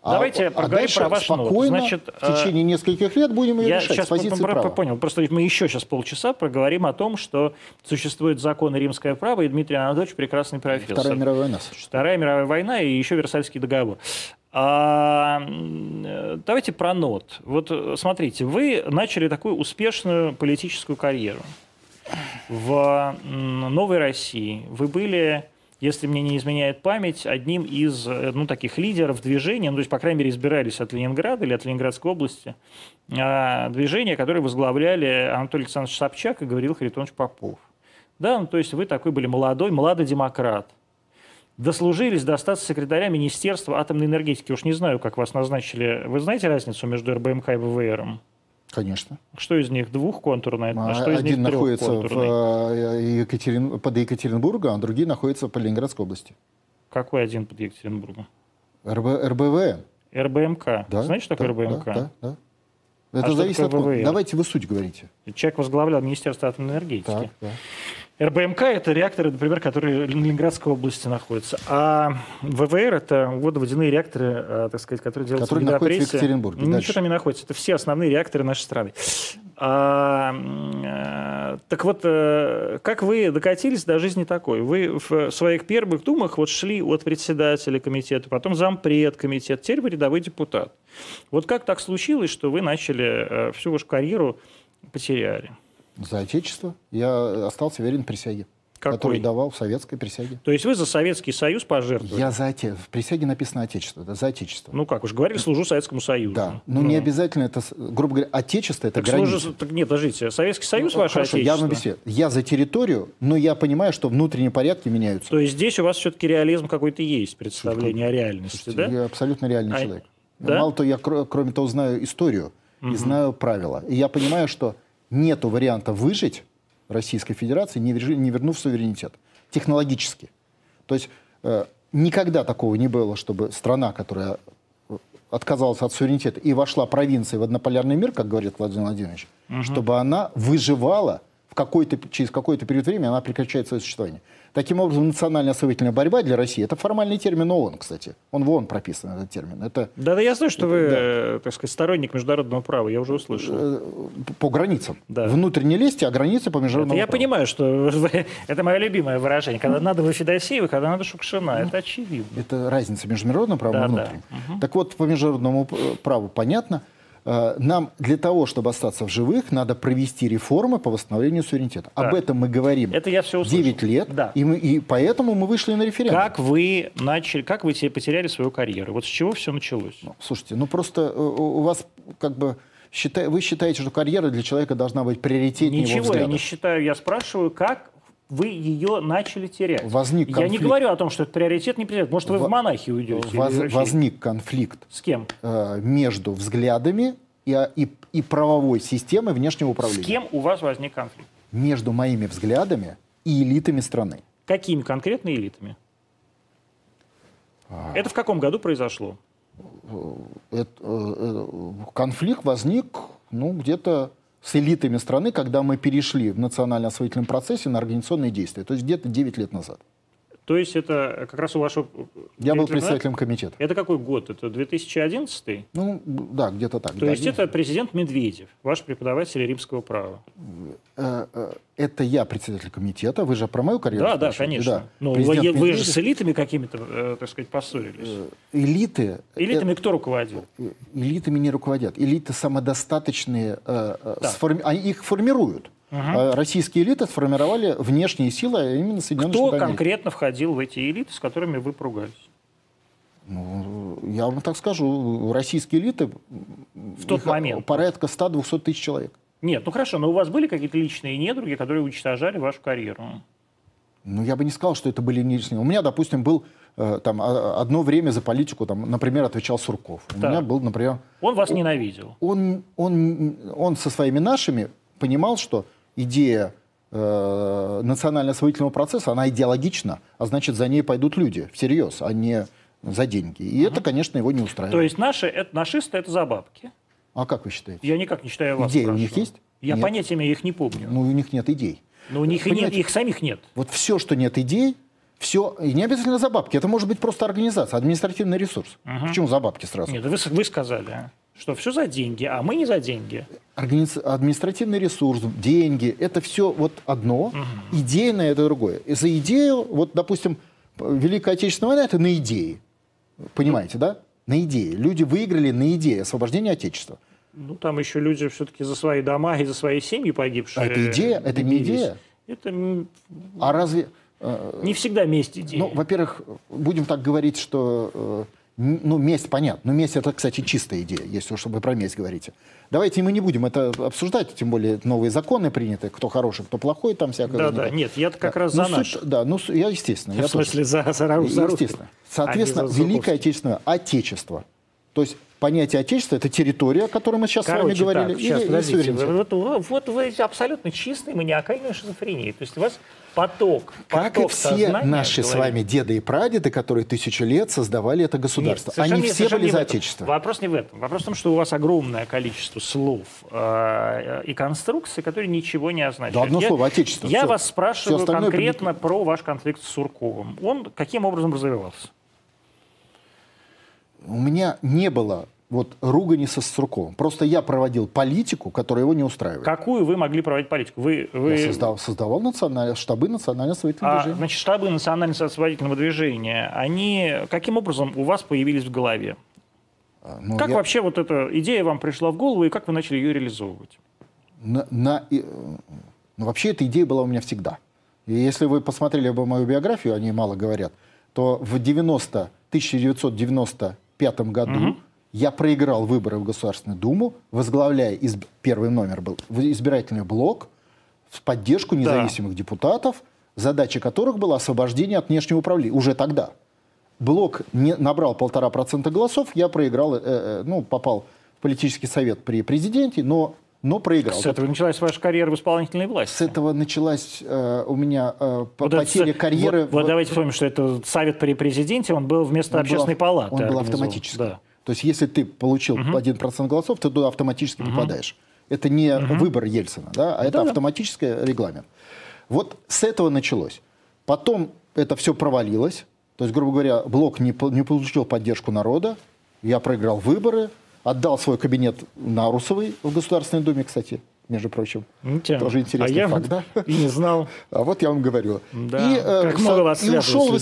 А- Давайте а поговорим дальше про ваш ноут. спокойно, Значит, а, э, в течение нескольких лет будем ее Я решать сейчас с позиции про- про- права. понял. Просто мы еще сейчас полчаса проговорим о том, что существует закон и римское право, и Дмитрий Анатольевич прекрасный профессор. Вторая мировая война. слушай. Вторая мировая война и еще Версальский договор. А, м, э, давайте про нот. Вот э, смотрите, вы начали такую успешную политическую карьеру в м, Новой России. Вы были, если мне не изменяет память, одним из э, ну, таких лидеров движения, ну, то есть, по крайней мере, избирались от Ленинграда или от Ленинградской области, а, движения, которые возглавляли Анатолий Александрович Собчак и Гавриил Харитонович Попов. Да, ну, то есть вы такой были молодой, молодой демократ дослужились до статуса секретаря Министерства атомной энергетики. Уж не знаю, как вас назначили. Вы знаете разницу между РБМК и ВВРом? Конечно. Что из них двухконтурное, а А что из Один них находится в, трехконтурное? э, Екатерин- под Екатеринбургом, а другие находятся по Ленинградской области. Какой один под Екатеринбургом? РБ, РБВ. РБМК. Да? Знаешь, что такое да, РБМК? Да, да, да. Это что зависит такое от... кон- ВВР? Давайте вы суть говорите. Человек возглавлял Министерство атомной энергетики. Так, да. РБМК – это реакторы, например, которые в Ленинградской области находятся. А ВВР – это водоводяные реакторы, э, так сказать, которые делаются Которые в находятся в Гидропрессе. Екатеринбурге. Ничего Дальше. там не находится. Это все основные реакторы нашей страны. А, м, э, так вот, э, как вы докатились до жизни такой? Вы в своих первых думах вот шли от председателя комитета, потом зампред комитета, теперь вы рядовой депутат. Вот как так случилось, что вы начали э, всю вашу карьеру потеряли? За Отечество я остался верен присяге, Какой? которую давал в советской присяге. То есть вы за Советский Союз пожертвовали? Я за оте... В присяге написано Отечество, да, за Отечество. Ну как уж говорили, служу Советскому Союзу. Ну, да, но не обязательно это, с- грубо говоря, Отечество это Так граница. служу- так нет, подождите, Советский Союз ваше Ну, а Хорошо, я отечество. вам объясню. Я за территорию, но я понимаю, что внутренние порядки меняются. То есть здесь у вас все-таки реализм какой-то есть, представление о реальности, Слушайте, да? Я абсолютно реальный А, человек. да? Мало того, я, кро- кроме того, знаю историю и знаю правила. И я понимаю, что нету варианта выжить Российской Федерации, не, вержи- не вернув суверенитет. Технологически. То есть э, никогда такого не было, чтобы страна, которая э, отказалась от суверенитета и вошла провинцией в однополярный мир, как говорит Владимир Владимирович, чтобы она выживала в какой-то, через какой-то период времени, она прекращает свое существование. Таким образом, национальная освоительная борьба для России – это формальный термин ООН, кстати. Он в ООН прописан, этот термин. Это Да, да, я знаю, что вы, э, так сказать, сторонник международного права, я уже Э, услышал. по границам. Да. Внутренне лезть, а границы по Это международному я праву. понимаю, что [laughs] вы- это мое любимое выражение. Когда надо вы Федосеева, когда надо Шукшина. Это очевидно. Это разница между международным правом Да, и да. внутренним. Так вот, по международному п- праву понятно. Э, Нам для того, чтобы остаться в живых, надо провести реформы по восстановлению суверенитета. Об Так. этом мы говорим Это я все услышал. 9 лет, Да. и, мы, и поэтому мы вышли на референдум. Как вы начали, как вы те- потеряли свою карьеру? Вот с чего все началось? Слушайте, ну просто э, у у вас как бы... считай- вы считаете, что карьера для человека должна быть приоритетнее его Ничего я взглядов. не считаю, я спрашиваю, как вы ее начали терять? Возник Я не конфликт. говорю о том, что это приоритет, не приоритет. Может, вы Во- в монахи уйдете? или Воз- вообще- возник конфликт С кем? э, между взглядами и, а- и- и правовой системой внешнего управления. С кем у вас возник конфликт? Между моими взглядами и элитами страны. Какими конкретно элитами? А. Это в каком году произошло? Эт- э, э, конфликт возник ну, где-то с элитами страны, когда мы перешли в национально-освоительном процессе на организационные действия. То есть где-то 9 лет назад. То есть это как раз у вашего... Я был Дмитрия председателем комитета. Ивановича? Это какой год? Это 2011? То Ну, да, где-то так. да. есть это президент Медведев, ваш преподаватель римского права. Э, э, Это я председатель комитета. Вы же про мою карьеру Да, да, спрашиваете? конечно. Да. Ну, вы, Президент вы же Медведев. с элитами какими-то, э, так сказать, поссорились. Элиты... Элитами кто руководил? э, Элитами не руководят. Элиты самодостаточные. э, э, сформи- а Их формируют. Э, Российские элиты сформировали внешние силы, а именно Соединенные Кто Штаты Америки. конкретно входил в эти элиты, с которыми вы поругались? Ну, я вам так скажу, российские элиты... В тот момент. Порядка 100-200 тысяч человек. Нет, ну хорошо, но у вас были какие-то личные недруги, которые уничтожали вашу карьеру? Ну, я бы не сказал, что это были не лишние. У меня, допустим, был э, там а- одно время за политику, там, например, отвечал Сурков. У Так. меня был, например, Он вас ненавидел. он, он, он со своими нашими понимал, что идея э, национально-освоительного процесса, она идеологична, а значит, за ней пойдут люди всерьез, а не за деньги. И это, конечно, его не устраивает. То есть наши, это, нашисты это за бабки. А как вы считаете? Я никак не считаю вас. Идеи у спрашиваю. них есть? Я Нет. понятия имею, я их не помню. Ну, у них нет идей. Но у них и нет, понимаете? их самих нет. Вот все, что нет идей, все, и не обязательно за бабки, это может быть просто организация, административный ресурс. Почему за бабки сразу? Нет, вы, с- вы сказали, что все за деньги, а мы не за деньги. Организ- административный ресурс, деньги, это все вот одно, идейное это другое. И за идею, вот, допустим, п- Великая Отечественная война это на идеи. Понимаете, да? На идеи. Люди выиграли на идее освобождения Отечества. Ну, там еще люди все-таки за свои дома и за свои семьи погибшие. А это идея? Это не бились. идея? Это м, А разве... э, не всегда месть идеи. Ну, во-первых, будем так говорить, что... э, н- Ну, месть, понятно. Но месть – это, кстати, чистая идея, если уж вы про месть говорите. Давайте мы не будем это обсуждать, тем более новые законы приняты, кто хороший, кто плохой, там всякое. да, да, возникает. нет, я как раз Ну, за суть- наш. да, ну, су- я, естественно. я в смысле, за, за, ру- тоже. за русских. Естественно. Соответственно, А не за Великое Жуковских. Отечественное Отечество. То есть понятие Отечества – это территория, о которой мы сейчас с Короче, вами говорили, так, сейчас, или- или подождите, суверенитет. вы- вот, вы- вот вы абсолютно чистый маниакальная шизофрения. То есть у вас поток, Как и поток все сознания наши с говорит. вами деды и прадеды, которые тысячу лет создавали это Нет, государство, совершенно они не- все совершенно были не в за этом. Отечество. Вопрос не в этом. Вопрос в том, что у вас огромное количество слов э, и конструкций, которые ничего не означают. Да одно Я- слово «отечество», Я всё. вас Всё спрашиваю остальное конкретно про ваш конфликт с Сурковым. Он каким образом развивался? У меня не было вот ругани со Сурковым. Просто я проводил политику, которая его не устраивает. Какую вы могли проводить политику? Вы, вы... Я создал- создавал националь- штабы национального освоительного А, движения. значит, штабы национально-освободительного движения, они каким образом у вас появились в голове? А, ну, как я- вообще вот эта идея вам пришла в голову и как вы начали ее реализовывать? на, на- и, э, ну, вообще эта идея была у меня всегда. И если вы посмотрели бы мою биографию, они мало говорят, то в 90, 1995 году я проиграл выборы в Государственную Думу, возглавляя изб- первый номер был в- избирательный блок в поддержку независимых депутатов, задача которых была освобождение от внешнего управления уже тогда. Блок не набрал полтора процента голосов, я проиграл, э, э, ну попал в политический совет при президенте, но но проиграл. С этого началась ваша карьера в исполнительной власти. С этого началась э, у меня э, по- Вот это потеря с- карьеры. Вот, вот давайте вспомним, что это совет при президенте, он был вместо Он был общественной ав- палаты. Он был организован. автоматически. Да. То есть, если ты получил 1% голосов, ты туда автоматически попадаешь. Это не Ну выбор Ельцина, да, а это автоматический регламент. Вот с этого началось. Потом это все провалилось. То есть, грубо говоря, Блок не, по- не получил поддержку народа. Я проиграл выборы, отдал свой кабинет Нарусовой в Государственной Думе, кстати, между прочим. Ну, тем. Тоже интересный а я факт, да? И не [laughs] знал. А вот я вам говорю. Да. И, э, Как много со- вас и связывает ушел с в Людмилой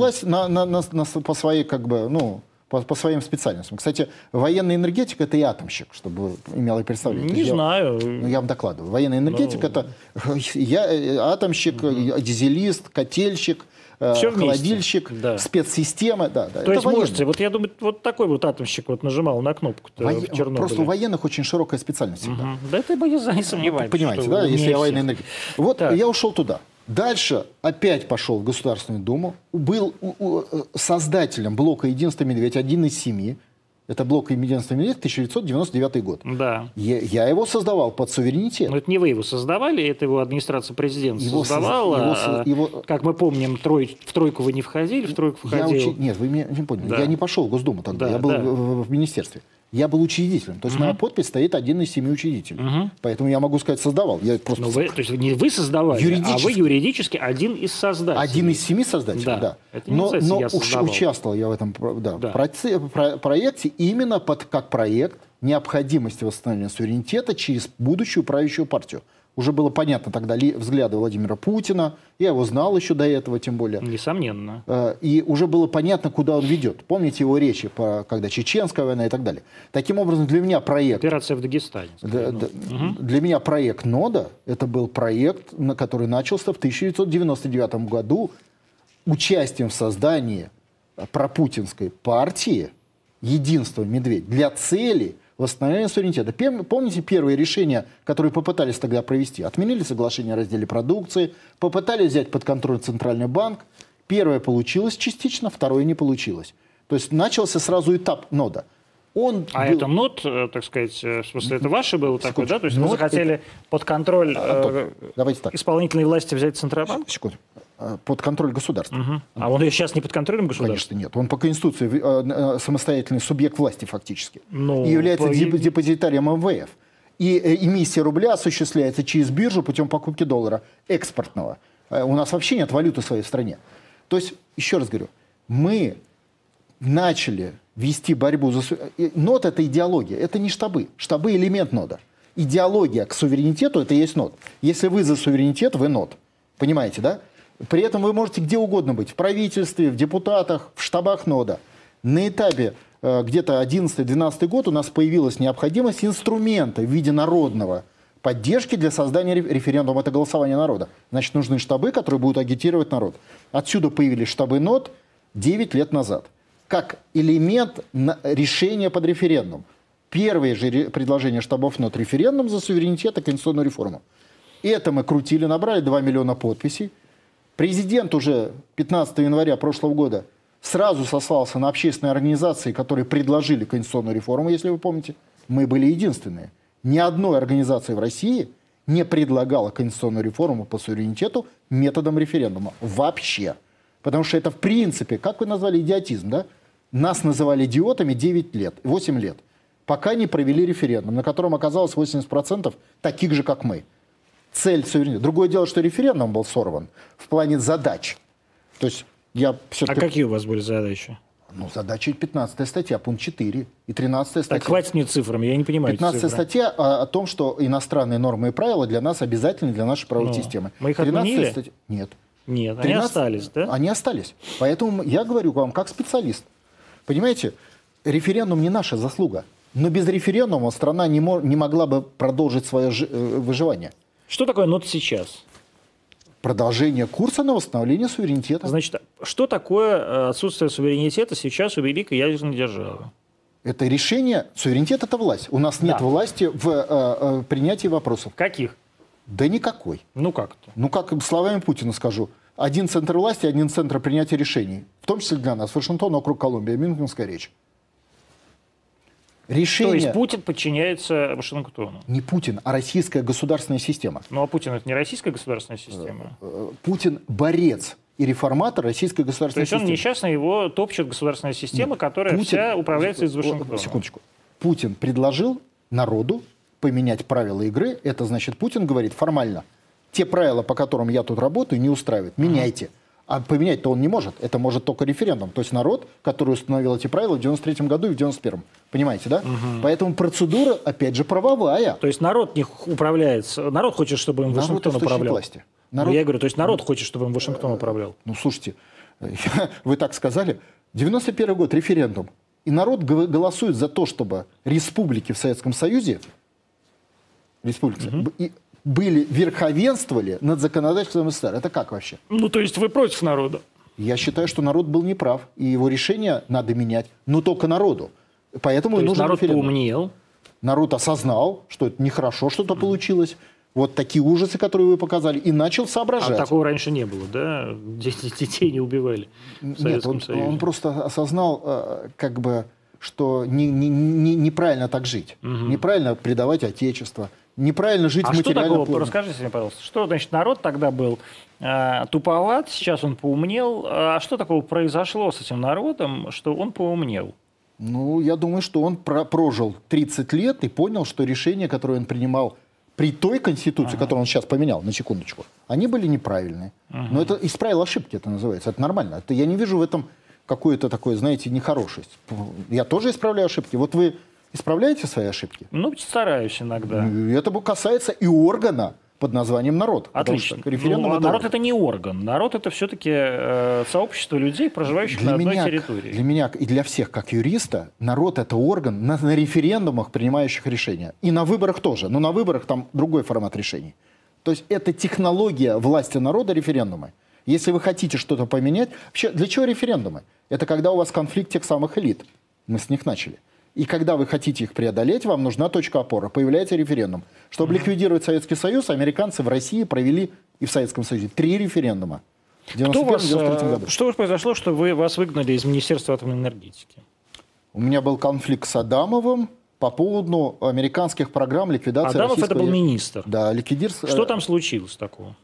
Борисовной? власть на, на- на- на с- по своей, как бы, ну, по, по своим специальностям. Кстати, военная энергетика это и атомщик, чтобы имело представление. Не Я- знаю. Ну. ну, я вам докладываю. Военная энергетика это [laughs] я э, атомщик, э, дизелист, котельщик, э, Всё вместе. холодильщик, Да. спецсистема. Да, То да. Это есть военная. можете. Вот я думаю, вот такой вот атомщик вот нажимал на кнопку Воен- в Чернобыле. Просто у военных очень широкая специальность всегда. Мгм. Да это мы [laughs] не за- не Вы сомневаемся. понимаете, что да, у если меня я военный всех. энергетик. Вот Так. я ушел туда. Дальше опять пошел в Государственную Думу. Был у- у- э, создателем блока «Единство Медведь», один из семи. Это блок «Единство Медведь» 1999 год. Да. Я, я его создавал под суверенитет. Но это не вы его создавали, это его администрация президента Его соз- создавала. его со- а, его- Как мы помним, трой- в тройку вы не входили, в тройку Я входил. учи- Нет, вы меня не поняли. Да. Я не пошел в Госдуму тогда. Да, я был да. в, в министерстве. Я был учредителем. То есть моя подпись стоит один из семи учредителей. Поэтому я могу сказать, создавал. Я просто Но вы, то есть не вы создавали, а Юридически. вы юридически один из создателей. Один из семи создателей, да. Да. Это не но называется но «я уч- создавал». участвовал я в этом про- да, Да. проце- про- проекте именно под, как проект необходимости восстановления суверенитета через будущую правящую партию. Уже было понятно тогда ли, взгляды Владимира Путина, я его знал еще до этого, тем более. Несомненно. Э, И уже было понятно, куда он ведет. Помните его речи, по- когда чеченская война и так далее. Таким образом, для меня проект Операция в Дагестане. да, да. Для меня проект «Нода» — это был проект, на который начался в 1999 году участием в создании пропутинской партии «Единство Медведь» для цели восстановления суверенитета. Пем- Помните первые решения, которые попытались тогда провести? Отменили соглашение о разделе продукции, попытались взять под контроль Центральный банк. Первое получилось частично, второе не получилось. То есть начался сразу этап «Нода». Он А был- это нот, э, так сказать, э, в смысле, это ваше было такое, Секундочку. да? То есть вы Нот А, захотели под контроль э, Антон, давайте так. исполнительной власти взять Центробанк? Секунду. Э, Под контроль государства. А он сейчас не под контролем государства? Конечно, нет. Он по Конституции э, э, самостоятельный субъект власти фактически. Ну, и является по- деп- депозитарием МВФ. И э, эмиссия рубля осуществляется через биржу путем покупки доллара экспортного. Э, У нас вообще нет валюты своей в стране. То есть, еще раз говорю, мы начали вести борьбу за... су- э, НОД – это идеология, это не штабы. Штабы – элемент нода. Идеология к суверенитету – это и есть нод. Если вы за суверенитет, вы нод. Понимаете, да? При этом вы можете где угодно быть. В правительстве, в депутатах, в штабах нода. На этапе э, где-то 11-12 год у нас появилась необходимость инструмента в виде народного поддержки для создания реф- референдума. Это голосование народа. Значит, нужны штабы, которые будут агитировать народ. Отсюда появились штабы нод 9 лет назад как элемент на- решения под референдум. Первое же ре- предложение штабов НОТ референдум за суверенитет и конституционную реформу. Это мы крутили, набрали 2 миллиона подписей. Президент уже 15 января прошлого года сразу сослался на общественные организации, которые предложили конституционную реформу, если вы помните. Мы были единственные. Ни одной организации в России не предлагала конституционную реформу по суверенитету методом референдума. Вообще. Потому что это в принципе, как вы назвали, идиотизм, да? Нас называли идиотами 9 лет, 8 лет, пока не провели референдум, на котором оказалось 80% таких же, как мы. Цель суверенитета. Другое дело, что референдум был сорван в плане задач. То есть я А все-таки... какие у вас были задачи? Ну, задача 15 статья, пункт 4 и 13 статья. Так, хватит мне цифрами, я не понимаю. эти 15 цифры. статья а, о, том, что иностранные нормы и правила для нас обязательны для нашей правовой Ну, системы. мы их 13-я отменили? статья- Нет. Нет, они 13 остались, да? Они остались. Поэтому я говорю вам как специалист. Понимаете, референдум не наша заслуга. Но без референдума страна не, мо- не могла бы продолжить свое жи- э, выживание. Что такое нот сейчас? Продолжение курса на восстановление суверенитета. Значит, что такое э, отсутствие суверенитета сейчас у великой ядерной державы? это решение, суверенитет это власть. У нас нет Да. власти в э, э, принятии вопросов. Каких? Да никакой. Ну как-то. Ну, как словами Путина скажу, один центр власти, один центр принятия решений. В том числе для нас. Вашингтон, округ Колумбия, Мюнхенская речь. То Решение... есть Путин подчиняется Вашингтону. Не Путин, а российская государственная система. Ну а Путин это не российская государственная система. Э, Путин борец и реформатор российской То государственной есть он системы. несчастно его топчет государственная система, которая Путин- вся управляется из О, Вашингтона. Секундочку. Путин предложил народу поменять правила игры. Это значит, Путин говорит формально, те правила, по которым я тут работаю, не устраивают. Меняйте. А поменять-то он не может. Это может только референдум. То есть народ, который установил эти правила в 93 году и в 91 Понимаете, да? Поэтому процедура, опять же, правовая. То есть народ не х- управляется. Народ хочет, чтобы им Народ Вашингтон источник управлял. власти. Ну, Народ- я говорю, то есть народ хочет, чтобы им Вашингтон управлял. Ну, слушайте, [laughs] вы так сказали. 91 год, референдум. И народ го- голосует за то, чтобы республики в Советском Союзе республики, б- и были, верховенствовали над законодательством СССР. Это как вообще? Ну, то есть вы против народа. Я считаю, что народ был неправ, и его решение надо менять, но только народу. Поэтому То и есть нужен народ референдум. поумнел. Народ осознал, что это нехорошо что-то получилось, вот такие ужасы, которые вы показали, и начал А соображать. такого раньше не было, да? Де- де- Детей не убивали в Нет, Советском он, Союзе. он просто осознал, э, как бы, что не, не- не- неправильно так жить, неправильно предавать отечество, неправильно жить А в что материальном такого? плане. Расскажите мне, пожалуйста, что, значит, народ тогда был э, туповат, сейчас он поумнел. А что такого произошло с этим народом, что он поумнел? Ну, я думаю, что он про- прожил 30 лет и понял, что решения, которые он принимал при той конституции, которую он сейчас поменял, на секундочку, они были неправильные. Но это исправил ошибки, это называется. Это нормально. Это, я не вижу в этом какую-то такую, знаете, нехорошесть. Я тоже исправляю ошибки. Вот вы исправляете свои ошибки? Ну, стараюсь иногда. И Это бы касается и органа под названием народ. потому Отлично. что референдум Ну, а это народ орган. это не орган. Народ это все-таки сообщество людей, проживающих на одной территории. Для меня и для всех, как юриста, народ это орган на, на референдумах, принимающих решения. И на выборах тоже. Но на выборах там другой формат решений. То есть это технология власти народа референдумы. Если вы хотите что-то поменять, вообще для чего референдумы? Это когда у вас конфликт тех самых элит. Мы с них начали. И когда вы хотите их преодолеть, вам нужна точка опоры. Появляется референдум. Чтобы ликвидировать Советский Союз, американцы в России провели и в Советском Союзе три референдума. В Кто 91-м, вас, 93-м э, году. что у вас произошло, что вы вас выгнали из Министерства атомной энергетики? У меня был конфликт с Адамовым по поводу американских программ ликвидации Адамов это российского- был министр. Да, Э, ликвидир... Что там случилось такого?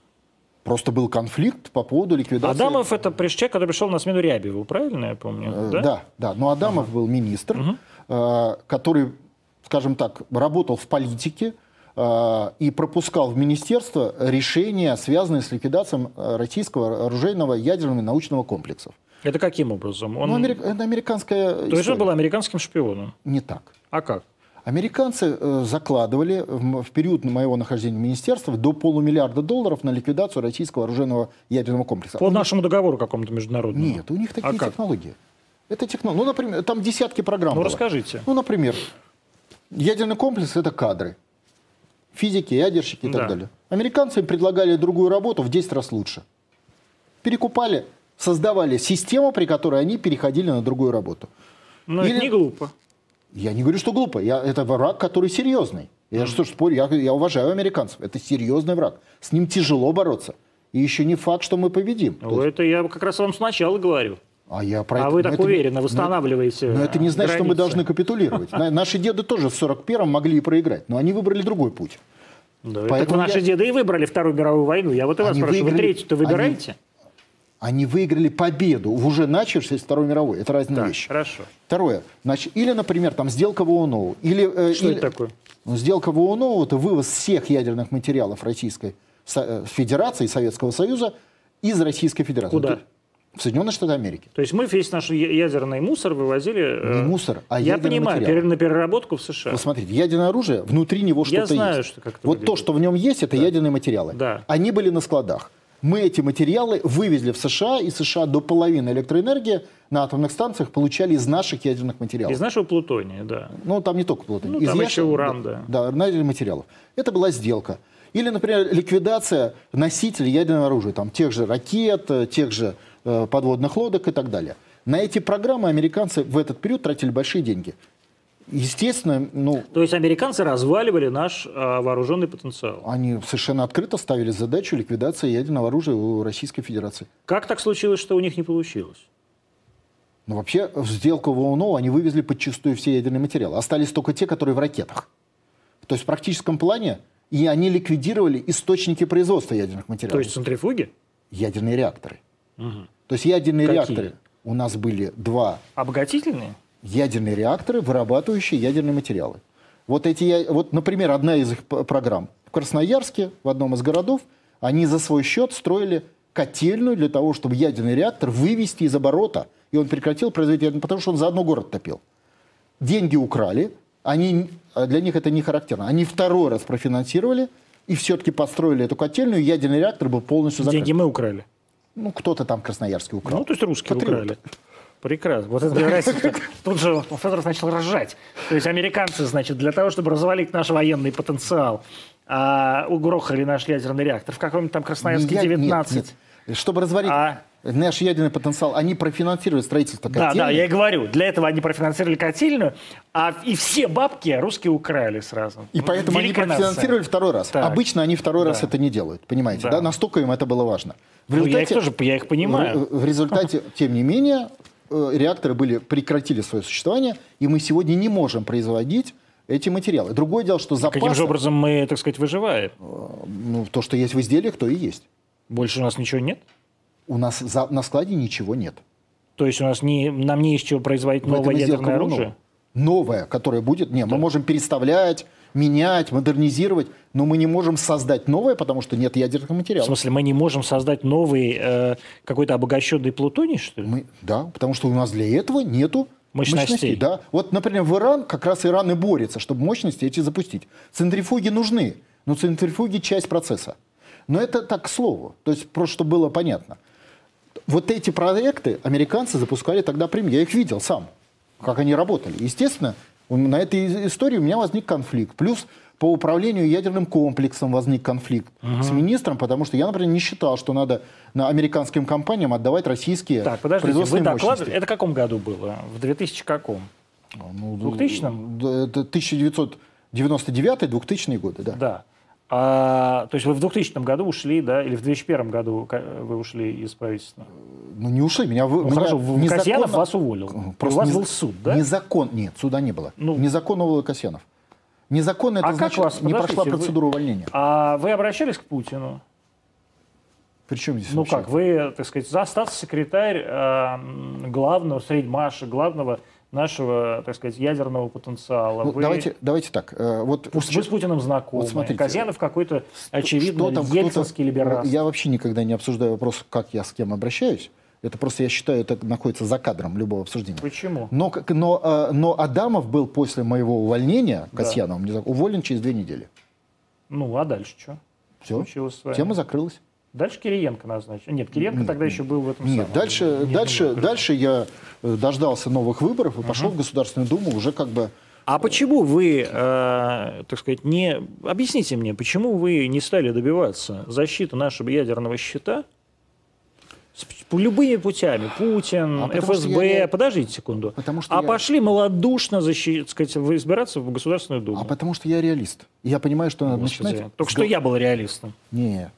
Просто был конфликт по поводу ликвидации... Адамов это приш- человек, который пришел на смену Рябьеву, правильно я помню? Э, Да, да. Но Адамов был министр, э, который, скажем так, работал в политике э, и пропускал в министерство решения, связанные с ликвидацией э, российского оружейного ядерного и научного комплексов. Это каким образом? Он... Ну, амери- это американская То есть он история. был американским шпионом. Не так. А как? Американцы э, закладывали в, м- в период моего нахождения в министерстве до полумиллиарда долларов на ликвидацию российского оружейного ядерного комплекса. По нашему договору какому-то международному? Нет, у них такие а как? технологии. Это технологии. Ну, например, там десятки программ. Ну, было. расскажите. Ну, например, ядерный комплекс – это кадры. Физики, ядерщики и так Да. далее. Американцы им предлагали другую работу в 10 раз лучше. Перекупали, создавали систему, при которой они переходили на другую работу. Ну, Или- это не глупо. Я не говорю, что глупо. Я, это враг, который серьезный. Я что ж спорю, я, я уважаю американцев. Это серьезный враг. С ним тяжело бороться. И еще не факт, что мы победим. То Ну, есть- Это я как раз вам сначала говорю. а я про а это- вы но так это не- уверенно но- восстанавливаете. Но это не значит, что мы границы. должны капитулировать. На- Наши деды тоже в 41-м могли и проиграть, но они выбрали другой путь. Да, так Поэтому вы, наши я- деды и выбрали Вторую мировую войну. Я вот и вас Они спрашиваю, вы выиграли- третью-то они- выбираете? Они выиграли победу в уже начавшейся Второй мировой. Это разные Так, вещи. хорошо. Второе. Значит, или, например, там сделка в ООН. Или, э, Что или- это такое? Ну, Сделка в ООН – это вывоз всех ядерных материалов Российской Со- э, Федерации, Советского Союза из Российской Федерации. Куда? То- В Соединенные Штаты Америки. То есть мы весь наш я- ядерный мусор вывозили... э, Не мусор, а Я ядерный понимаю, материал. пере- на переработку в США. Вот смотрите, ядерное оружие, внутри него что-то Я есть. знаю, что как это Вот то, выглядит. что в нем есть, это ядерные материалы. Да. Они были на складах. Мы эти материалы вывезли в США, и США до половины электроэнергии на атомных станциях получали из наших ядерных материалов. Из нашего плутония, да. Ну, там не только плутоний. Ну, Из там яшек- еще уран, да. Да, найденных материалов. Это была сделка. Или, например, ликвидация носителей ядерного оружия, там, тех же ракет, э, тех же э, подводных лодок и так далее. На эти программы американцы в этот период тратили большие деньги. Естественно, ну, То есть американцы разваливали наш а, вооруженный потенциал. они совершенно открыто ставили задачу ликвидации ядерного оружия у Российской Федерации. Как так случилось, что у них не получилось? Но Ну, вообще в сделку в ООН они вывезли подчастую все ядерные материалы. Остались только те, которые в ракетах. То есть в практическом плане и они ликвидировали источники производства ядерных То материалов. есть центрифуги? Ядерные реакторы. То есть ядерные Какие? реакторы. У нас были два Обогатительные? ядерные реакторы, вырабатывающие ядерные материалы. Вот, эти, я- вот, например, одна из их п- программ. В Красноярске, в одном из городов, они за свой счет строили котельную для того, чтобы ядерный реактор вывести из оборота. И он прекратил производить ядерный, потому что он заодно город топил. Деньги украли, они, а для них это не характерно. Они второй раз профинансировали и все-таки построили эту котельную, и ядерный реактор был полностью закрыт. Деньги мы украли. Ну, кто-то там красноярский украл. Ну, то есть русские Патриоты. украли. Прекрасно. Вот это мне нравится, что Тут же Федоров начал ржать. То есть американцы, значит, для того, чтобы развалить наш военный потенциал, а, угрохали наш ядерный реактор в каком-нибудь там Красноярске Не я- нет, 19. нет. Чтобы развалить А? наш ядерный потенциал, они профинансировали строительство Да, да, я и котельной. говорю. Для этого они профинансировали котельную, а и все бабки русские украли сразу. И Вот поэтому они великая нация. профинансировали второй раз. Так. Обычно они второй раз Да. это не делают, понимаете? Да. Да. Настолько им это было важно. В Ну, я их тоже, я их понимаю. В, [laughs] в результате, тем не менее, э, реакторы были, прекратили свое существование, и мы сегодня не можем производить эти материалы. Другое дело, что запасы, Каким же образом мы, так сказать, выживаем? ну, то, что есть в изделиях, то и есть. Больше у нас ничего нет? У нас за- на складе ничего нет. То есть у нас не, нам не из чего производить В этом новое и сделка ядерное Брунова. оружие? ну, Новое, которое будет... Не, мы можем переставлять, менять, модернизировать, но мы не можем создать новое, потому что нет ядерных В материалов. смысле, мы не можем создать новый э, какой-то обогащенный плутоний, что ли? Мы, да, потому что у нас для этого нету Мощностей. Да. Вот, например, в Иран как раз Иран и борется, чтобы мощности эти запустить. Центрифуги нужны, но центрифуги – часть процесса. Но это так, к слову. То есть, просто чтобы было понятно. Вот эти проекты американцы запускали тогда премьер. Я их видел сам, как они работали. Естественно, у- на этой и- истории у меня возник конфликт. Плюс по управлению ядерным комплексом возник конфликт с министром, потому что я, например, не считал, что надо на американским компаниям отдавать российские Так, подождите, вы производственные докладывали... мощности. Это в каком году было? В 2000 каком? Ну, 2000-м? да, Это 1999-2000 годы, да. Да. А, то есть вы в 2000 году ушли, да, или в 2001 году ка- вы ушли из правительства? Ну, не ушли. Меня, вы- Ну, меня хорошо, в- Касьянов незаконно- вас уволил. у вас нез- был суд, да? Незакон... Нет, суда не было. Ну. Незаконно уволил Касьянов. Незаконно это А как значит, вас- не подождите, прошла вы- процедура увольнения. А вы обращались к Путину? Причем здесь Ну вообще? как, вы, так сказать, за статс-секретарь э, м, главного, средмаша, главного нашего, так сказать, ядерного потенциала. Ну, Вы- давайте, давайте так. э, Вот, Вы с Путиным знакомы. Вот смотрите. Казянов какой-то, очевидно, что там кто-то- ельцинский либерал. Я вообще никогда не обсуждаю вопрос, как я с кем обращаюсь. Это просто, я считаю, это находится за кадром любого обсуждения. Почему? Но, как- но, э, но Адамов был после моего увольнения, Касьянова, мне зак- уволен через две недели. Ну, а дальше что? Все, Случилось с вами. тема закрылась. Дальше Кириенко назначен. Нет, Кириенко тогда еще был в этом Нет, самом. дальше, Нет, дальше, ну, как- дальше я э, дождался новых выборов и пошел в Государственную Думу уже как бы... А почему вы, э, так сказать, не... Объясните мне, почему вы не стали добиваться защиты нашего ядерного щита с п- по любыми путями? Путин, А потому что ФСБ... я не- Подождите секунду. Потому что а я- пошли малодушно защи... так сказать, вы избираться в Государственную Думу. А потому что я реалист. И Я понимаю, что надо Господи, начинать... Только с что го- я был реалистом. Не,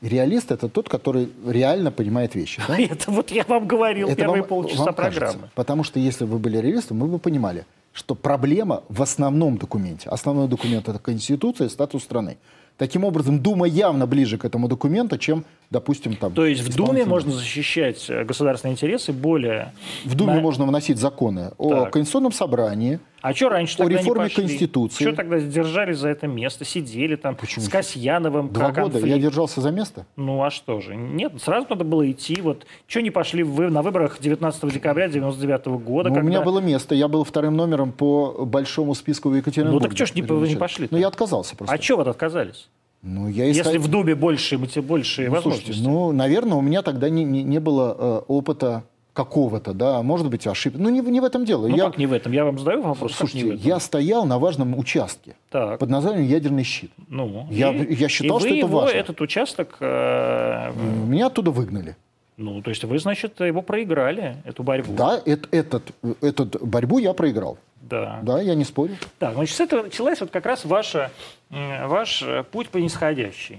реалист это тот, который реально понимает вещи. [laughs] да? Это вот я вам говорил Это первые вам- полчаса вам программы. кажется. потому что если бы вы были реалистом, вы бы понимали, что проблема в основном документе. Основной документ это Конституция и статус страны. Таким образом, Дума явно ближе к этому документу, чем, допустим, там... То есть в Думе исполнительная. можно защищать э, государственные интересы более... В Думе на- можно вносить законы о Так. Конституционном собрании, А что раньше О тогда реформе не пошли? Конституции. А Что тогда держались за это место, сидели там Почему? с Касьяновым? Два как года конфликт? я держался за место. Ну а что же? Нет, сразу надо было идти. Вот что не пошли вы на выборах 19 декабря 99 года? Но Ну, у меня когда- А было место. Я был вторым номером по большому списку в Екатеринбурге. Ну так чё ж не по- вы не пошли-то? Ну я отказался просто. А что вот отказались? Ну я искал- Если в Думе больше, мы тебе больше Ну, слушайте, возможностей. ну, наверное, у меня тогда не, не, не было э, опыта какого-то, да, может быть, ошибки. Ну, не, в- не в этом дело. Ну, я, как не в этом? Я вам задаю вопрос. как не слушайте, в этом? я стоял на важном участке Так, под названием «Ядерный щит». ну, я- и- я считал, и вы что это его, важно. этот участок, э, Меня оттуда выгнали. ну, то есть вы, значит, его проиграли, эту борьбу. Да, эт- этот, этот борьбу я проиграл. Да. Да, я не спорю. Так, значит, с этого началась вот как раз ваша, м, ваш э, путь по нисходящей.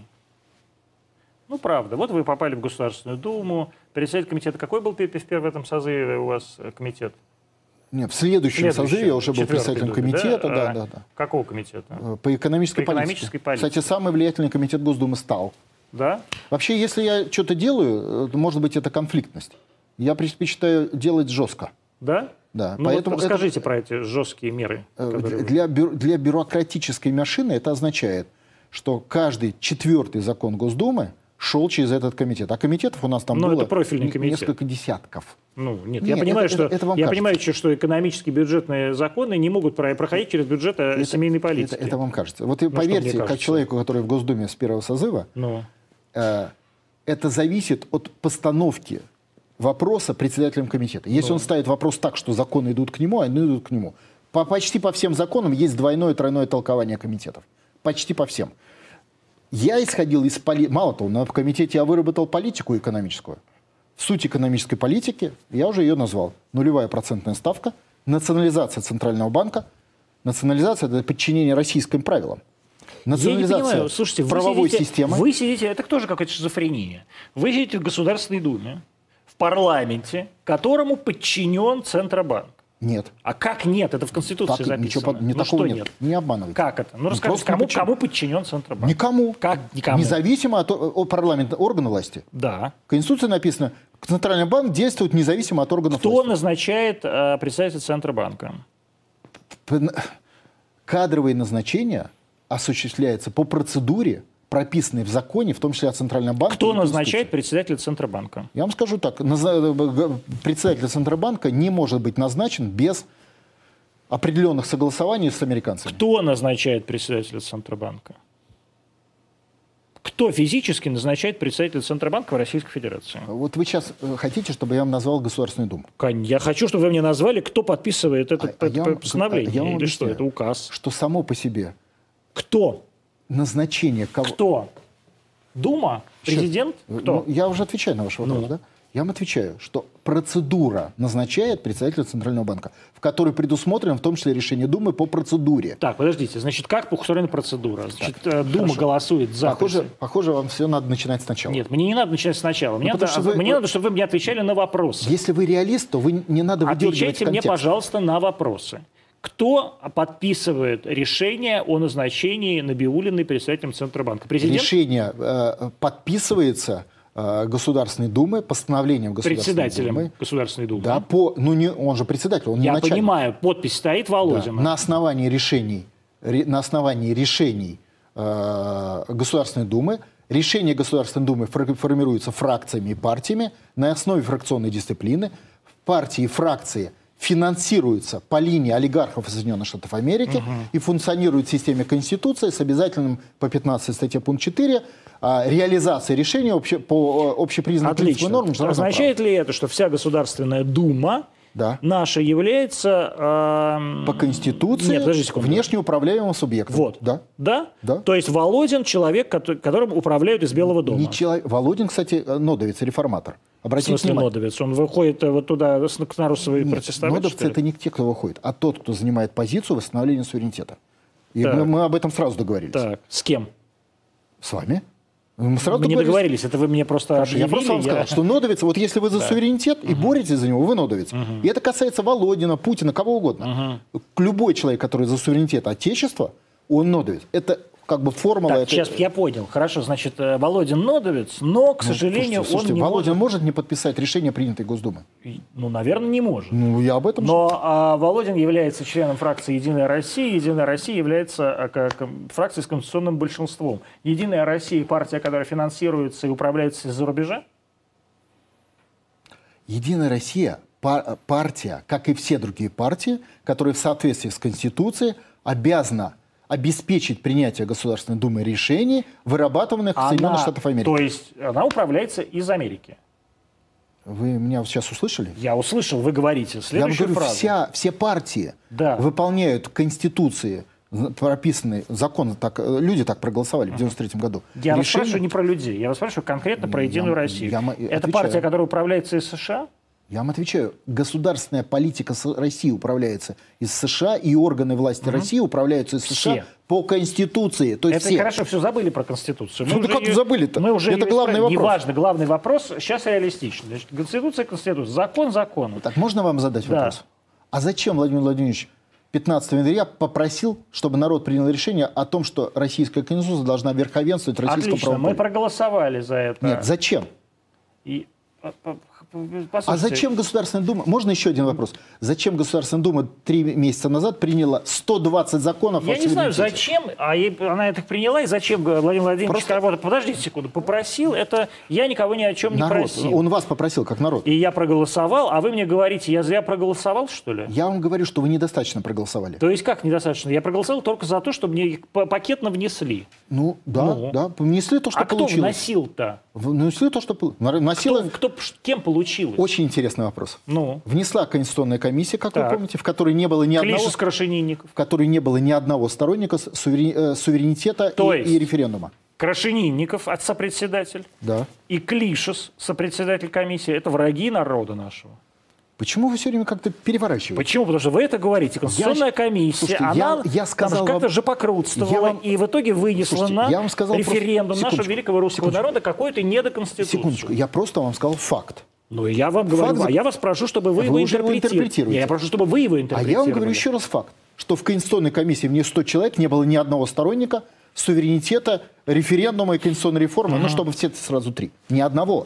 Ну, правда. Вот вы попали в Государственную Думу, председатель комитета. Какой был пе- в первом этом созыве у вас э, комитет? Нет, в следующем Следующий, созыве я уже был четвёртой председателем Думе, комитета, да, А, да, да. Какого комитета? Э, По экономической, По экономической политике. Кстати, самый влиятельный комитет Госдумы стал. Да? Вообще, если я что-то делаю, э, то, может быть, это конфликтность. Я предпочитаю делать жестко. Да? Да, Ну, вот поэтому это- расскажите про эти жесткие меры. Э, которые вы- Для, бю- для бюрократической машины это означает, что каждый четвертый закон Госдумы шел через этот комитет. А комитетов у нас там Но было Ну, это профильный не- комитет. несколько десятков. Ну, нет, Нет, я понимаю, это- что, это- это вам я кажется. понимаю, что экономические бюджетные законы не могут про- проходить через бюджет э, семейной политики. Ну, Это, это вам кажется. Вот и что мне поверьте, как кажется? человеку, который в Госдуме с первого созыва, Ну, э, это зависит от постановки вопроса председателем комитета. Если Ну. он ставит вопрос так, что законы идут к нему, а они идут к нему. По, почти по всем законам есть двойное и тройное толкование комитетов. Почти по всем. Я исходил из поли... Мало того, на в комитете я выработал политику экономическую. Суть экономической политики, я уже ее назвал. Нулевая процентная ставка, национализация Центрального банка. Национализация – это подчинение российским правилам. я не Национализация понимаю, слушайте, вы правовой сидите- системы. Вы сидите, это тоже какая-то шизофрения. Вы сидите в Государственной Думе, в парламенте, которому подчинен Центробанк. Нет. А как нет? Это в Конституции Так, записано. ничего под- не ну, такого что нет. нет? Не обманывайте. Как это? Ну, Ну, расскажите, просто не кому, подчинен. кому подчинен Центробанк? Никому. Как никому? Независимо от о- о- парламента, органа власти. Да. В Конституции написано, Центральный банк действует независимо от органов Кто власти. назначает э, председателя Центробанка? П- Кадровые назначения осуществляются по процедуре, прописанной в законе, в том числе о Центральном банке. и Кто в Конституции. назначает председателя Центробанка? Я вам скажу так, назна- э, г- председатель Центробанка не может быть назначен без определенных согласований с американцами. Кто назначает председателя Центробанка? Кто физически назначает председателя Центробанка в Российской Федерации? Вот вы сейчас э, хотите, чтобы я вам назвал Государственную Думу? Кань, Я хочу, чтобы вы мне назвали, кто подписывает это, А- а я это вам- постановление. а я вам или что, объясняю. это указ? Что само по себе Кто? назначение кого... Кто? Дума? Президент? Ну, Кто? Ну. я уже отвечаю на ваш вопрос, да? Я вам отвечаю, что процедура назначает председателя Центрального банка, в которой предусмотрено в том числе решение Думы по процедуре. Так, подождите. Значит, как устроена процедура? Значит, э, Дума голосует за... Похоже, похоже, вам все надо начинать сначала. Нет, мне не надо начинать сначала. Мне, Ну, потому надо, что вы- мне вы- надо, чтобы вы мне отвечали на вопросы. Если вы реалист, то вы не надо выдергивать Отвечайте мне, контекст. пожалуйста, на вопросы. Кто подписывает решение о назначении Набиулиной председателем Центробанка? Президент? Решение э, подписывается э, Государственной Думой, постановлением Государственной Председателем Думы. Государственной Думы. Да, по, ну не, он же председатель, он не Я Ну, начальник. понимаю, подпись стоит Да, Володина. на основании решений, ре- на основании решений э, Государственной Думы, решения Государственной Думы фор- формируются фракциями и партиями на основе фракционной дисциплины. Партии и фракции финансируются по линии олигархов из Соединенных Штатов Америки и функционируют в системе Конституции с обязательным по 15 статье пункт 4 а, реализацией решения обще- по э, общепризнанным Отлично. принципам и нормам международного Означает ли это, что вся Государственная Дума Да. наша является... эм, права. по Конституции Нет, подожди секунду. внешне управляемым субъектом. Вот. Да. Да? Да. То есть Володин человек, кото- которым управляют из Белого дома. Не чело- Володин, кстати, э, нодовец, реформатор. В Обратите смысле внимание. Нодовец? Он выходит э, вот туда с- к Нарусовой Нет, протестовать, нодовцы что ли? это не те, кто выходит, а тот, кто занимает позицию восстановления суверенитета. И Так. мы, мы об этом сразу договорились. Так, с кем? С вами. Мы сразу Мы не договорились, это вы мне просто Хорошо, я объявили, просто вам сказал, что нодовец, вот если вы за суверенитет и боретесь за него, вы нодовец. И это касается Володина, Путина, кого угодно. Любой человек, который за суверенитет Отечества, он нодовец. Это как бы формула... Так, этой- сейчас я понял. Хорошо, значит, э, Володин Нодовец, но, к Ну, сожалению, слушайте, слушайте, он не Володин может не подписать решение, принятое Госдумой? может... Ну, наверное, не может. Ну, я об этом же Но а, Володин является членом фракции «Единая Россия». «Единая Россия» является а, как, м, фракцией с конституционным большинством. «Единая Россия» – партия, которая финансируется и управляется из-за рубежа? Единая Россия пар- партия, как и все другие партии, которые в соответствии с Конституцией обязана обеспечить принятие Государственной Думы решений, вырабатыванных в Соединенных Она- Штатах Америки. То есть она управляется из Америки. Вы меня вот сейчас услышали? Я услышал, вы говорите Я вам следующую говорю, фразу. вся, все партии Да. выполняют Конституции з- прописанные законы, так, э, люди так проголосовали в 93 году. Я вас Решения- спрашиваю не про людей, я вас спрашиваю конкретно про «Единую я- Россию». я м- Это отвечаю. партия, которая управляется из США? Я вам отвечаю, государственная политика С- России управляется из США, и органы власти России управляются из США Все. по Конституции. То есть Это все. хорошо, все забыли про Конституцию. Ну, да как её- забыли-то? Мы уже Это её главный исправили. вопрос. Неважно, главный вопрос сейчас реалистичный. Значит, Конституция, Конституция, закон, закон. Так можно вам задать Да. вопрос? А зачем Владимир Владимирович 15 января попросил, чтобы народ принял решение о том, что российская конституция должна верховенствовать в российском Отлично, правом мы поле? проголосовали за это. Нет, зачем? И, а, а, А послушайте, зачем Государственная Дума? Можно еще один вопрос? Зачем Государственная Дума три месяца назад приняла 120 законов о Я не знаю, суверенитете? зачем, а ей- она это приняла, и зачем говорит, Владимир Владимирович Просто- Карбонов, подождите секунду, попросил, это я никого ни о чем не Народ, просил. он вас попросил, как народ. И я проголосовал, а вы мне говорите, я зря проголосовал, что ли? Я вам говорю, что вы недостаточно проголосовали. То есть как недостаточно? Я проголосовал только за то, что мне их п- пакетно внесли. Ну, да, Ну. да. Внесли то, что а кто получилось. вносил-то? Внесли то, что пол- Кто, Вносила... кто п- ш- кем получилось? Очень интересный вопрос. Ну, Внесла Конституционная комиссия, как Так. вы помните, в которой не было ни Клиш одного... из Крашенинников. в которой не было ни одного сторонника с- суверен- э, суверенитета То и, есть? и референдума. Крашенинников, отсопредседатель, Да. и Клишес, сопредседатель комиссии, это враги народа нашего. Почему вы все время как-то переворачиваете? Почему? Потому что вы это говорите. Конституционная Я- комиссия, Слушайте, она я- я там же сказал как-то вам- же покрутствовала Я вам- и в итоге вынесла Слушайте, на я вам сказал просто- референдум нашего секундочку, великого русского секундочку. народа какую-то недоконституцию. Секундочку, я просто вам сказал факт. Ну, и я вам говорю, Факт- а я вас прошу, чтобы вы, его Вы уже его интерпретировали. интерпретируете. Не, Я прошу, чтобы вы его А интерпретировали. я вам говорю еще раз факт, что в Конституционной комиссии мне 100 человек, не было ни одного сторонника суверенитета, референдума и конституционной реформы, ну, чтобы все это сразу три. Ни одного.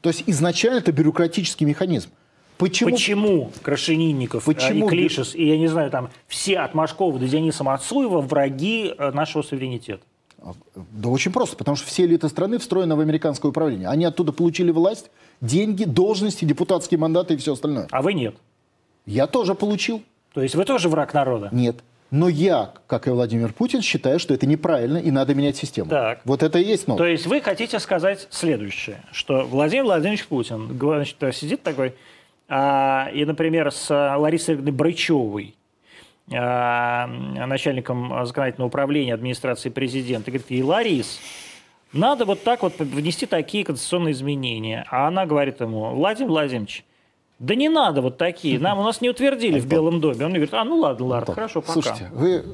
То есть изначально это бюрократический механизм. Почему? Почему Крашенинников э, Почему- и Клишес, и, я не знаю, там, все от Машкова до Дениса Мацуева враги э, нашего суверенитета? А, Да очень просто, потому что все элиты страны встроены в американское управление. Они оттуда получили власть, деньги, должности, депутатские мандаты и все остальное. А вы нет. Я тоже получил. То есть вы тоже враг народа? Нет. Но я, как и Владимир Путин, считаю, что это неправильно и надо менять систему. Так. Вот это и есть То нот. есть вы хотите сказать следующее, что Владимир Владимирович Путин г- значит, сидит такой, а, и, например, с а, Ларисой Игоревной Брычевой, а, начальником а, законодательного управления администрации президента, говорит, и Ларис, надо вот так вот внести такие конституционные изменения. А она говорит ему, Владимир Владимирович, да не надо вот такие, нам у нас не утвердили в Белом доме. Он говорит, а ну ладно, Лара, хорошо, пока. Слушайте, вы,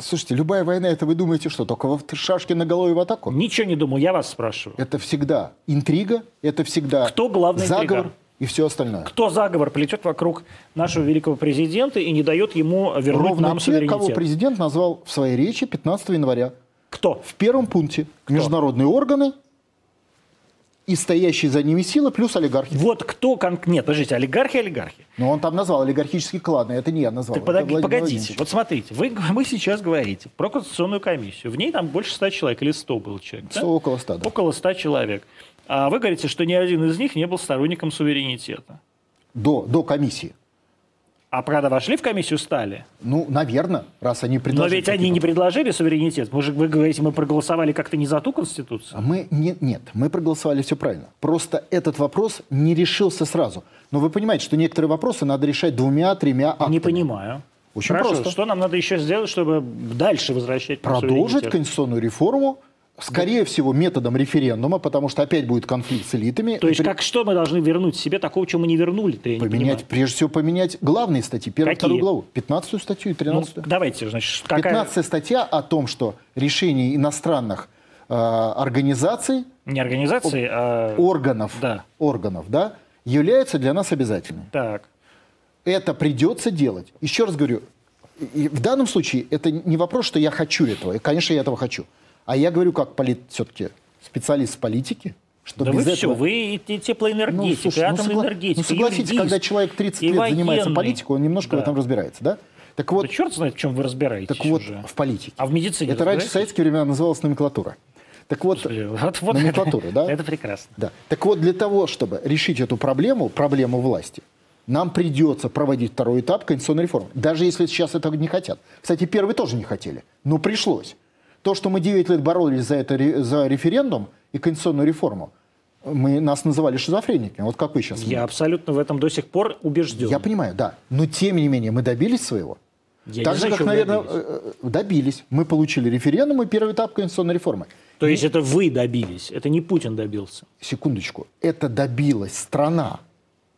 слушайте, любая война, это вы думаете, что только в шашки на голове в атаку? Ничего не думал, я вас спрашиваю. Это всегда интрига, это всегда Кто главный заговор интриган? и все остальное. кто заговор плетет вокруг нашего великого президента и не дает ему вернуть Ровно нам те, суверенитет. кого президент назвал в своей речи 15 января. Кто? В первом пункте международные органы и стоящие за ними силы плюс олигархи. Вот кто кон... Нет, подождите, олигархи, олигархи. Но он там назвал олигархические кланы, это не я назвал. Так это подо- Владимир погодите, Владимирович. вот смотрите, вы, [laughs] вы сейчас говорите про конституционную комиссию. В ней там больше 100 человек, или 100 был человек. да? Сто- около ста, да. Около 100 человек. А вы говорите, что ни один из них не был сторонником суверенитета. До, до комиссии. А когда вошли в комиссию, стали. Ну, наверное, раз они Но предложили. ведь они не предложили суверенитет. Вы же вы говорите, мы проголосовали как-то не за ту конституцию. А мы нет, нет, мы проголосовали все правильно. Просто этот вопрос не решился сразу. Но вы понимаете, что некоторые вопросы надо решать двумя-тремя актами. Не понимаю. Очень Хорошо, просто. Что нам надо еще сделать, чтобы дальше возвращать нам Продолжить суверенитет? конституционную реформу, скорее всего, методом референдума, потому что опять будет конфликт с элитами. То есть При- как что мы должны вернуть себе такого, чего мы не вернули? -то, я не поменять, понимаю. прежде всего, поменять главные статьи, первую, Какие? вторую главу, 15 статью и Ну, 13 давайте, значит, какая... 15 статья о том, что решение иностранных э, организаций, Не организации, а... органов, Да. органов, да, являются для нас обязательными. Так. это придется делать. Еще раз говорю, и- и в данном случае это не вопрос, что я хочу этого. И, Конечно, я этого хочу. А я говорю, как полит, все-таки специалист в политике, что Да без вы этого... все, вы и те- теплоэнергетика, Ну, слушай, и ну, атомная согла- энергетика, ну, согласитесь, юрист, когда человек 30 и лет занимается военный. политикой, он немножко Да. в этом разбирается, да? Так вот, Да черт знает, в чем вы разбираетесь так вот уже. в политике. А в медицине Это раньше разбираетесь? в советские времена называлось номенклатура. Так вот, Вот, вот номенклатура, это, да? Это прекрасно. Да. Так вот, для того, чтобы решить эту проблему, проблему власти, нам придется проводить второй этап конституционной реформы. Даже если сейчас этого не хотят. Кстати, первый тоже не хотели, но пришлось. То, что мы 9 лет боролись за, это, ре- за референдум и конституционную реформу, мы, нас называли шизофрениками. Вот как вы сейчас. Я абсолютно в этом до сих пор убежден. Я понимаю, да. Но тем не менее, мы добились своего. Я не так же, знаю, как, чего вы наверное, добились. э, э, добились. Мы получили референдум и первый этап конституционной реформы. То есть это вы добились, это не Путин добился. секундочку, это добилась страна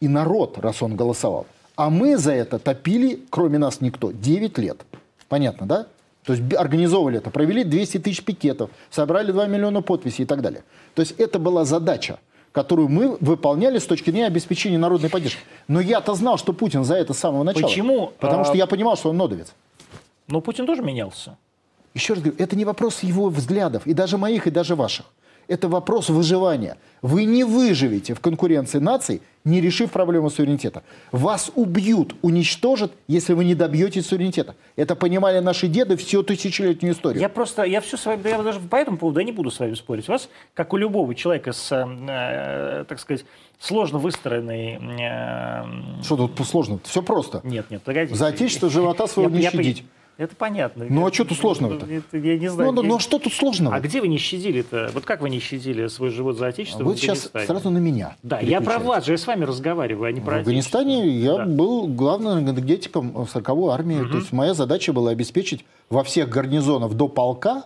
и народ, раз он голосовал. А мы за это топили, кроме нас никто, 9 лет. Понятно, да? То есть б- организовывали это, провели 200 тысяч пикетов, собрали 2 миллиона подписей и так далее. То есть это была задача, которую мы выполняли с точки зрения обеспечения народной поддержки. Но я-то знал, что Путин за это с самого начала. Почему, Потому а, что я понимал, что он нодовец. Но Ну, Путин тоже менялся. Еще раз говорю, это не вопрос его взглядов, и даже моих, и даже ваших. Это вопрос выживания. Вы не выживете в конкуренции наций, не решив проблему суверенитета. Вас убьют, уничтожат, если вы не добьетесь суверенитета. Это понимали наши деды всю тысячелетнюю историю. Я просто, я все с вами, я даже по этому поводу я не буду с вами спорить. У вас, как у любого человека с, э, так сказать, сложно выстроенной... э, Что тут сложно? Все просто. Нет, нет, погодите. За отечество живота своего Я- не я пони- щадить. Это понятно. Ну, а Я- чё тут сложного-то? это- Я не знаю. Ну, ну, Я- ну, что тут сложного? А где вы не щадили-то? Вот как вы не щадили свой живот за отечество? Вы в сейчас Афганистане? сразу на меня. Да, я про переключаетесь. вас же, я с вами разговариваю, а не В про отечество. Афганистане я Да. был главным энергетиком 40-й армии. То есть моя задача была обеспечить во всех гарнизонах до полка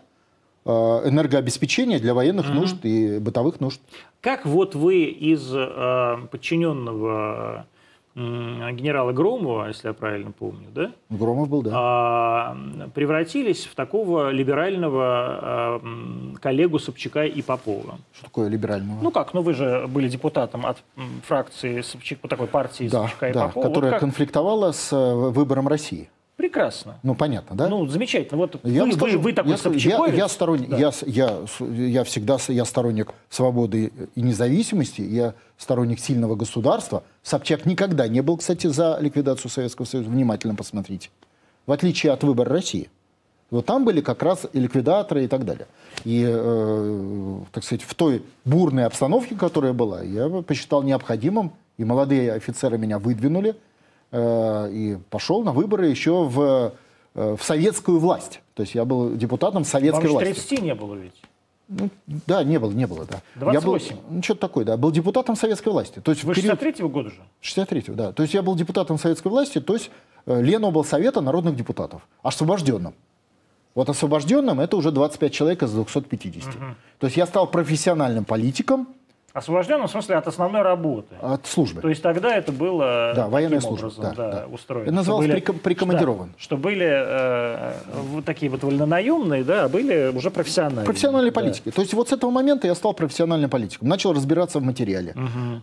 э, энергообеспечение для военных нужд и бытовых нужд. Как вот вы из э, подчиненного м, генерала Громова, если я правильно помню, да, Громов был, да. а, превратились в такого либерального а, м, коллегу Собчака и Попова? Что такое либерального? Ну как, ну вы же были депутатом от м, фракции Собчак, вот такой партии да, Собчака и да, Попова. Вот которая как- конфликтовала с э, выбором России. Прекрасно. Ну, понятно, да? Ну, замечательно. Вот Я вы, вам скажу, вы, вы такой я, скажу, я- Собчаковец. я сторонник, Да. я, с- я, с- я всегда с- я сторонник свободы и независимости, я сторонник сильного государства. Собчак никогда не был, кстати, за ликвидацию Советского Союза. Внимательно посмотрите. В отличие от выбора России. Вот там были как раз и ликвидаторы и так далее. И, э, так сказать, в той бурной обстановке, которая была, я посчитал необходимым, и молодые офицеры меня выдвинули, э, и пошел на выборы еще в, э, в советскую власть. То есть я был депутатом Вам советской же власти. 30 не было ведь. Ну, Да, не было, не было, да. Я 28. был, ну, что-то такое, да. Был депутатом советской власти. То есть в Вы период- 63-го года же. 63-го, да. То есть я был депутатом советской власти, то есть э, член облсовета народных депутатов, освобожденным. Вот освобожденным это уже 25 человек из 250. То есть я стал профессиональным политиком Освобожденным, в смысле, от основной работы. от службы. То есть тогда это было Да, военная таким служба, образом, да, да, да. устроено. Это называлось Что были- приком- прикомандирован. да, Что, были э, вот такие вот вольнонаемные, да, а были уже профессиональные. Э, профессиональной Да. политики. То есть вот с этого момента я стал профессиональным политиком. Начал разбираться в материале.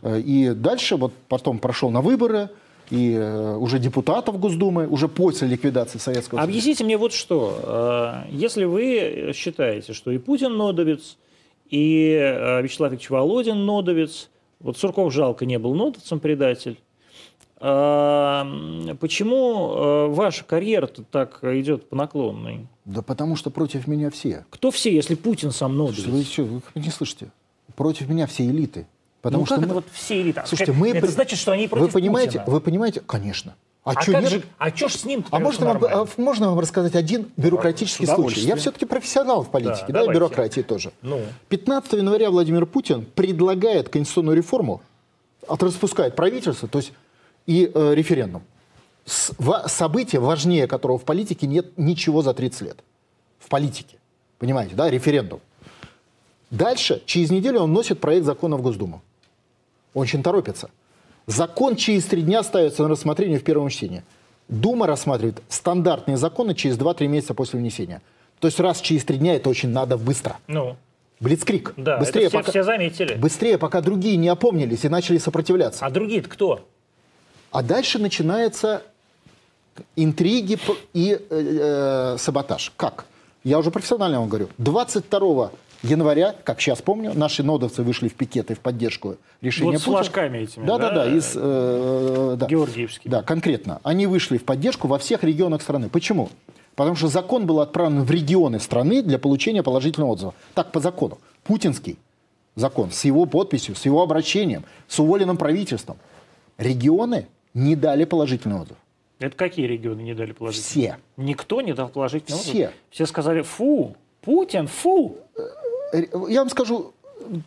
Э, И дальше вот потом прошел на выборы, и э, уже депутатов Госдумы, уже после ликвидации Советского А Союза. Объясните мне вот что. Э, Если вы считаете, что и Путин нодовец, и э, Вячеслав Викторович Володин нодовец, вот Сурков жалко не был нодовцем, предатель, э, почему э, ваша карьера так идет по наклонной? Да потому что против меня все. Кто все, если Путин сам нодовец? Слушайте, Вы что, вы не слышите? Против меня все элиты. Потому ну что как мы- это вот все элиты? Слушайте, мы... это при- значит, что они против Вы понимаете, Путина. вы понимаете? Конечно. А, А, чё как нет? же, а чё ж с ним? А можно вам, а, можно вам рассказать один бюрократический С случай? удовольствием. Я все-таки профессионал в политике, Да, да, и давайте. бюрократии тоже. Ну. 15 января Владимир Путин предлагает конституционную реформу, от- распускает правительство, то есть и э, референдум. С- ва- событие, важнее которого в политике нет ничего за 30 лет. В политике. Понимаете, да, референдум. Дальше, через неделю он носит проект закона в Госдуму. Он очень торопится. Закон через три дня ставится на рассмотрение в первом чтении. Дума рассматривает стандартные законы через 2-3 месяца после внесения. То есть раз через три дня это очень надо быстро. Ну, Блицкрик. да, быстрее, это все, пока, все заметили. быстрее, пока другие не опомнились и начали сопротивляться. А другие-то кто? А дальше начинаются интриги п- и э, э, саботаж. Как? Я уже профессионально вам говорю. 22 января, как сейчас помню, наши нодовцы вышли в пикеты в поддержку решения Вот с Путина. флажками этими, Да, да, да? да. Из, э, да. Георгиевскими. Да, конкретно. Они вышли в поддержку во всех регионах страны. Почему? Потому что закон был отправлен в регионы страны для получения положительного отзыва. Так, по закону. Путинский закон с его подписью, с его обращением, с уволенным правительством. Регионы не дали положительный отзыв. Это какие регионы не дали положительный? Все. Никто не дал положительного Все. отзыва? Все сказали, фу, Путин, фу. Р- Я вам скажу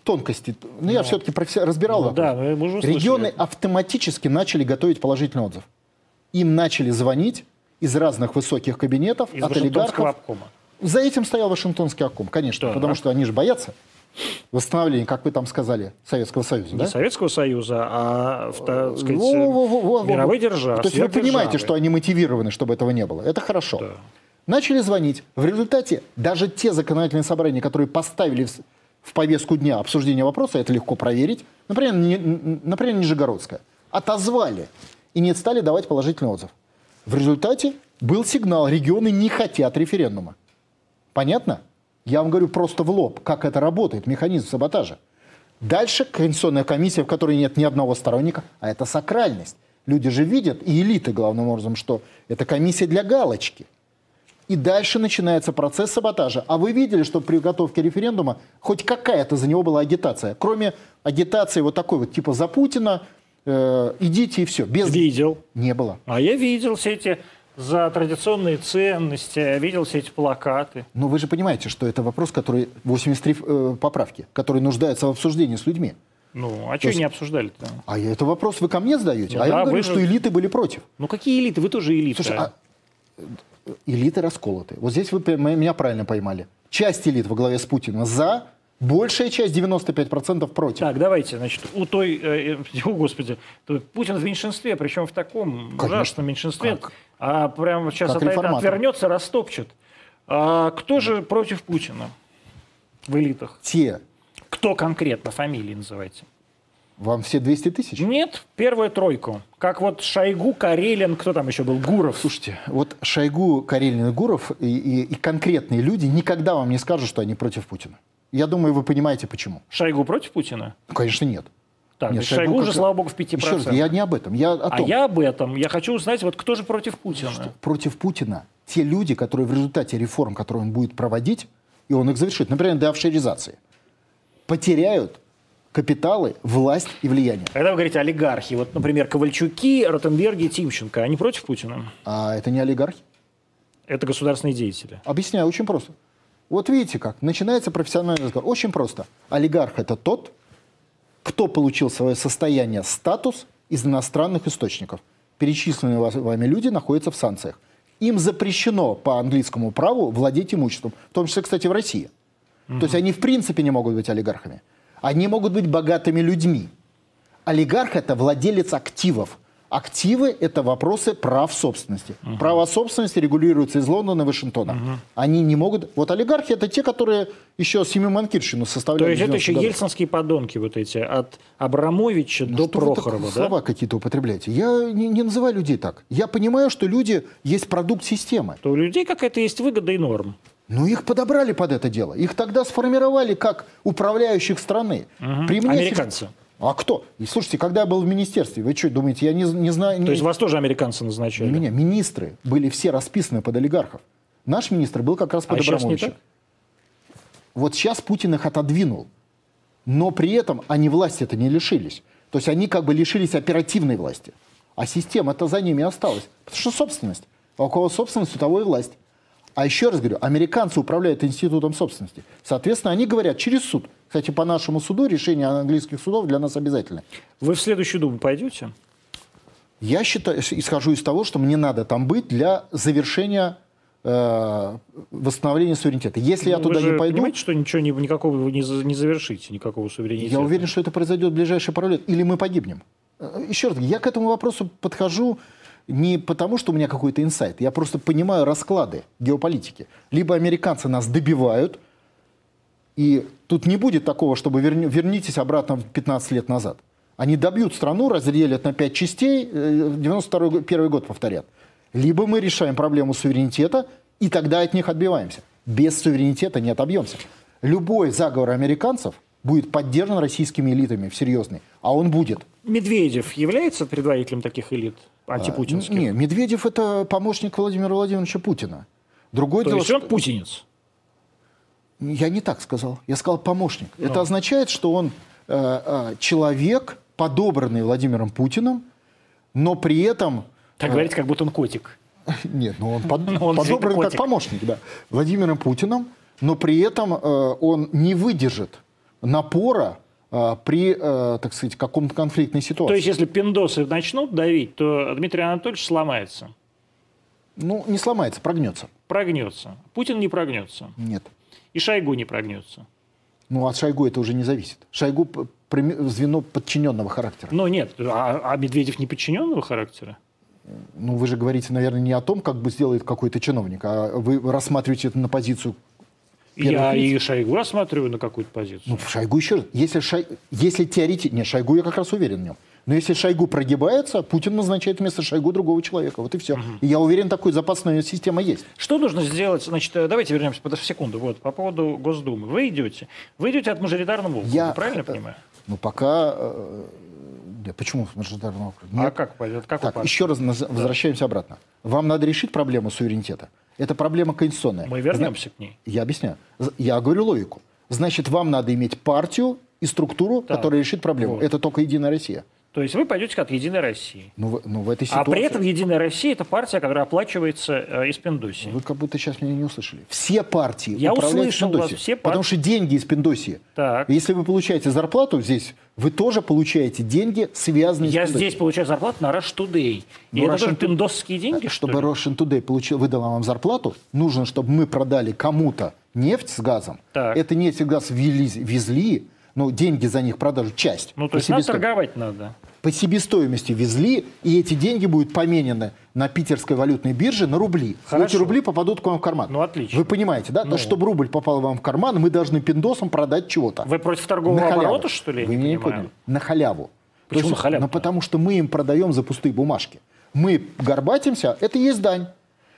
тонкости. Но я все-таки разбирал вопрос. Ну, да, мы уже услышали. Регионы автоматически начали готовить положительный отзыв. Им начали звонить из разных высоких кабинетов, Из от Вашингтонского олигархов. обкома. За этим стоял Вашингтонский акком, конечно, Да. потому что они же боятся восстановления, как вы там сказали, Советского Союза, Не да? Ну, Советского Союза, а, в, так сказать, Во-во-во-во-во. мировой державы. То есть вы понимаете, сверхдержавы. что они мотивированы, чтобы этого не было. Это хорошо. Начали звонить. В результате даже те законодательные собрания, которые поставили в, с- в повестку дня обсуждение вопроса, это легко проверить, например, не- н- например, Нижегородская, отозвали и не стали давать положительный отзыв. В результате был сигнал, регионы не хотят референдума. Понятно? Я вам говорю просто в лоб, как это работает, механизм саботажа. Дальше Конституционная комиссия, в которой нет ни одного сторонника, а это сакральность. Люди же видят, и элиты, главным образом, что это комиссия для галочки. И дальше начинается процесс саботажа. А вы видели, что при готовке референдума хоть какая-то за него была агитация? Кроме агитации вот такой вот, типа за Путина, э, идите и все. Без... Видел. Не было. А я видел все эти за традиционные ценности, видел все эти плакаты. Но вы же понимаете, что это вопрос, который 83 э, поправки, которые нуждаются в обсуждении с людьми. Ну, а что есть- не обсуждали-то? А я- это вопрос вы ко мне задаете? Ну а я да, вам вы говорю, же- что элиты были против. Ну, какие элиты? Вы тоже элита. Слушай, а э, элиты расколоты. Вот здесь вы пойма- меня правильно поймали. Часть элит во главе с Путиным за, большая часть, 95% против. Так, давайте, значит, у той, э, [laughs] э, о господи, то Путин в меньшинстве, причем в таком Конечно. ужасном меньшинстве, Как? а прямо сейчас Как от- реформатор. отвернется, растопчет. А кто же против Путина в элитах? Те, Кто конкретно? Фамилии называйте. вам все 200 тысяч? Нет, первую тройку. Как вот Шойгу, Карелин, кто там еще был? Гуров. Слушайте, вот Шойгу, Карелин и Гуров и, и- и конкретные люди никогда вам не скажут, что они против Путина. Я думаю, вы понимаете, почему. Шойгу против Путина? Ну, конечно, нет. Так, Нет, Шойгу, уже, как- слава богу, в 5%. Еще раз, я не об этом, я о А том. я об этом. Я хочу узнать, вот кто же против Путина? против Путина те люди, которые в результате реформ, которые он будет проводить, и он их завершит, например, деофшеризации, потеряют капиталы, власть и влияние. Когда вы говорите олигархи, вот, например, Ковальчуки, Ротенберги, Тимченко, они против Путина? А это не олигархи. Это государственные деятели. Объясняю очень просто. Вот видите как, начинается профессиональный разговор. Очень просто. Олигарх – это тот, кто получил свое состояние, статус из иностранных источников. Перечисленные вас- вами люди находятся в санкциях. Им запрещено по английскому праву владеть имуществом, в том числе, кстати, в России. То есть они в принципе не могут быть олигархами. Они могут быть богатыми людьми. Олигарх – это владелец активов. Активы – это вопросы прав собственности. Право собственности регулируется из Лондона и Вашингтона. Они не могут... Вот олигархи – это те, которые еще семью Манкирщину составляли. То есть в это еще 90-х годах. ельцинские подонки вот эти, от Абрамовича Ну, до что вы так Прохорова, да? слова какие-то употребляете. Я не, не называю людей так. Я понимаю, что люди есть продукт системы. То у людей какая-то есть выгода и норм. Но их подобрали под это дело. Их тогда сформировали как управляющих страны. При мне- Американцы. А кто? И слушайте, когда я был в министерстве, вы что, думаете, я не, з- не знаю... То есть вас тоже американцы назначали? не меня. Министры были все расписаны под олигархов. Наш министр был как раз под А щас не Абрамовичем. так? Вот сейчас Путин их отодвинул. Но при этом они власти-то не лишились. То есть они как бы лишились оперативной власти. А система-то за ними осталась. Потому что собственность. А у кого собственность, у того и власть. А еще раз говорю, американцы управляют институтом собственности. Соответственно, они говорят через суд. Кстати, по нашему суду решение английских судов для нас обязательно. Вы в следующую Думу пойдете? Я считаю, исхожу из того, что мне надо там быть для завершения э, восстановления суверенитета. Если я Ну, туда вы же не пойду, понимаете, что ничего не, никакого вы не, за- не завершите, никакого суверенитета? Я уверен, что это произойдет в ближайшие пару лет, или мы погибнем. Э, Еще раз, говорю, я к этому вопросу подхожу не потому, что у меня какой-то инсайт. Я просто понимаю расклады геополитики. Либо американцы нас добивают, и тут не будет такого, чтобы верни- вернитесь обратно в 15 лет назад. Они добьют страну, разделят на 5 частей, э, 91 год повторят. Либо мы решаем проблему суверенитета, и тогда от них отбиваемся. Без суверенитета не отобьемся. Любой заговор американцев будет поддержан российскими элитами, всерьезный. А он будет. Медведев является предварителем таких элит антипутинских? А, Не, Медведев это помощник Владимира Владимировича Путина. Другое То дело, есть что- он путинец? Я не так сказал. Я сказал помощник. Ну. Это означает, что он э, э, человек, подобранный Владимиром Путиным, но при этом... [laughs] Так говорите, как будто он котик. Нет, ну он, под- Ну, [laughs] он же подобран как котик. помощник, да. Владимиром Путиным, но при этом э, он не выдержит напора э, при, э, так сказать, каком-то конфликтной ситуации. То есть, если пиндосы начнут давить, то Дмитрий Анатольевич сломается, Ну, не сломается, прогнется. прогнется. Путин не прогнется. Нет. И Шойгу не прогнется. Ну, от Шойгу это уже не зависит. Шойгу п- прим- звено подчиненного характера. Но нет, а, а Медведев не подчиненного характера? Ну, вы же говорите, наверное, не о том, как бы сделает какой-то чиновник, а вы рассматриваете это на позицию. Я Первых лиц. и Шойгу рассматриваю на какую-то позицию. Ну, Шойгу еще раз. Если, Шой... Если теоретически... Нет, Шойгу я как раз уверен в нем. Но если Шойгу прогибается, Путин назначает вместо Шойгу другого человека. Вот и все. И я уверен, такой запасная система есть. Что нужно сделать? Значит, э, давайте вернемся, подожди секунду, вот, по поводу Госдумы. Вы идете, вы идете от мажоритарного округа, Я- правильно это- понимаю? Но пока... э, да почему в мажоритарном округе? А Нет. как пойдет? Как Так, упадет? еще раз наз- возвращаемся обратно. Вам надо решить проблему суверенитета. Это проблема конституционная. Мы Зна- вернемся к ней. Я объясняю. З- Я говорю логику. Значит, вам надо иметь партию и структуру, Так, которая решит проблему. вот. Это только Единая Россия. То есть вы пойдете как Единой России. Ну, в, ну, в этой А ситуации... при этом Единая Россия это партия, которая оплачивается э, из Пиндусии. Вы как будто сейчас меня не услышали. Все партии Я управляют услышал Пиндосией, вас, все пар- потому что деньги из Пиндосии. Так. Если вы получаете зарплату здесь, вы тоже получаете деньги, связанные Я с Пиндосией. здесь получаю зарплату на Rush Today. И Ну, это Russian тоже Today- э, пиндосские деньги, что чтобы ли? Russian Today получил, выдала вам зарплату, нужно, чтобы мы продали кому-то нефть с газом. Так. Это нефть и газ ввели, везли, но деньги за них продажу, часть. Ну, то по есть нам себесто- торговать надо. По себестоимости везли, и эти деньги будут поменены на питерской валютной бирже на рубли. Хорошо. Эти рубли попадут к вам в карман. Ну, отлично. Вы понимаете, да? То, чтобы рубль попал вам в карман, мы должны пиндосам продать чего-то. Вы против торгового На халяву. оборота, что ли? Я Вы не меня не понимаю. поняли. На халяву. Почему То на халяву-то? Ну, потому что мы им продаем за пустые бумажки. Мы горбатимся, это и есть дань.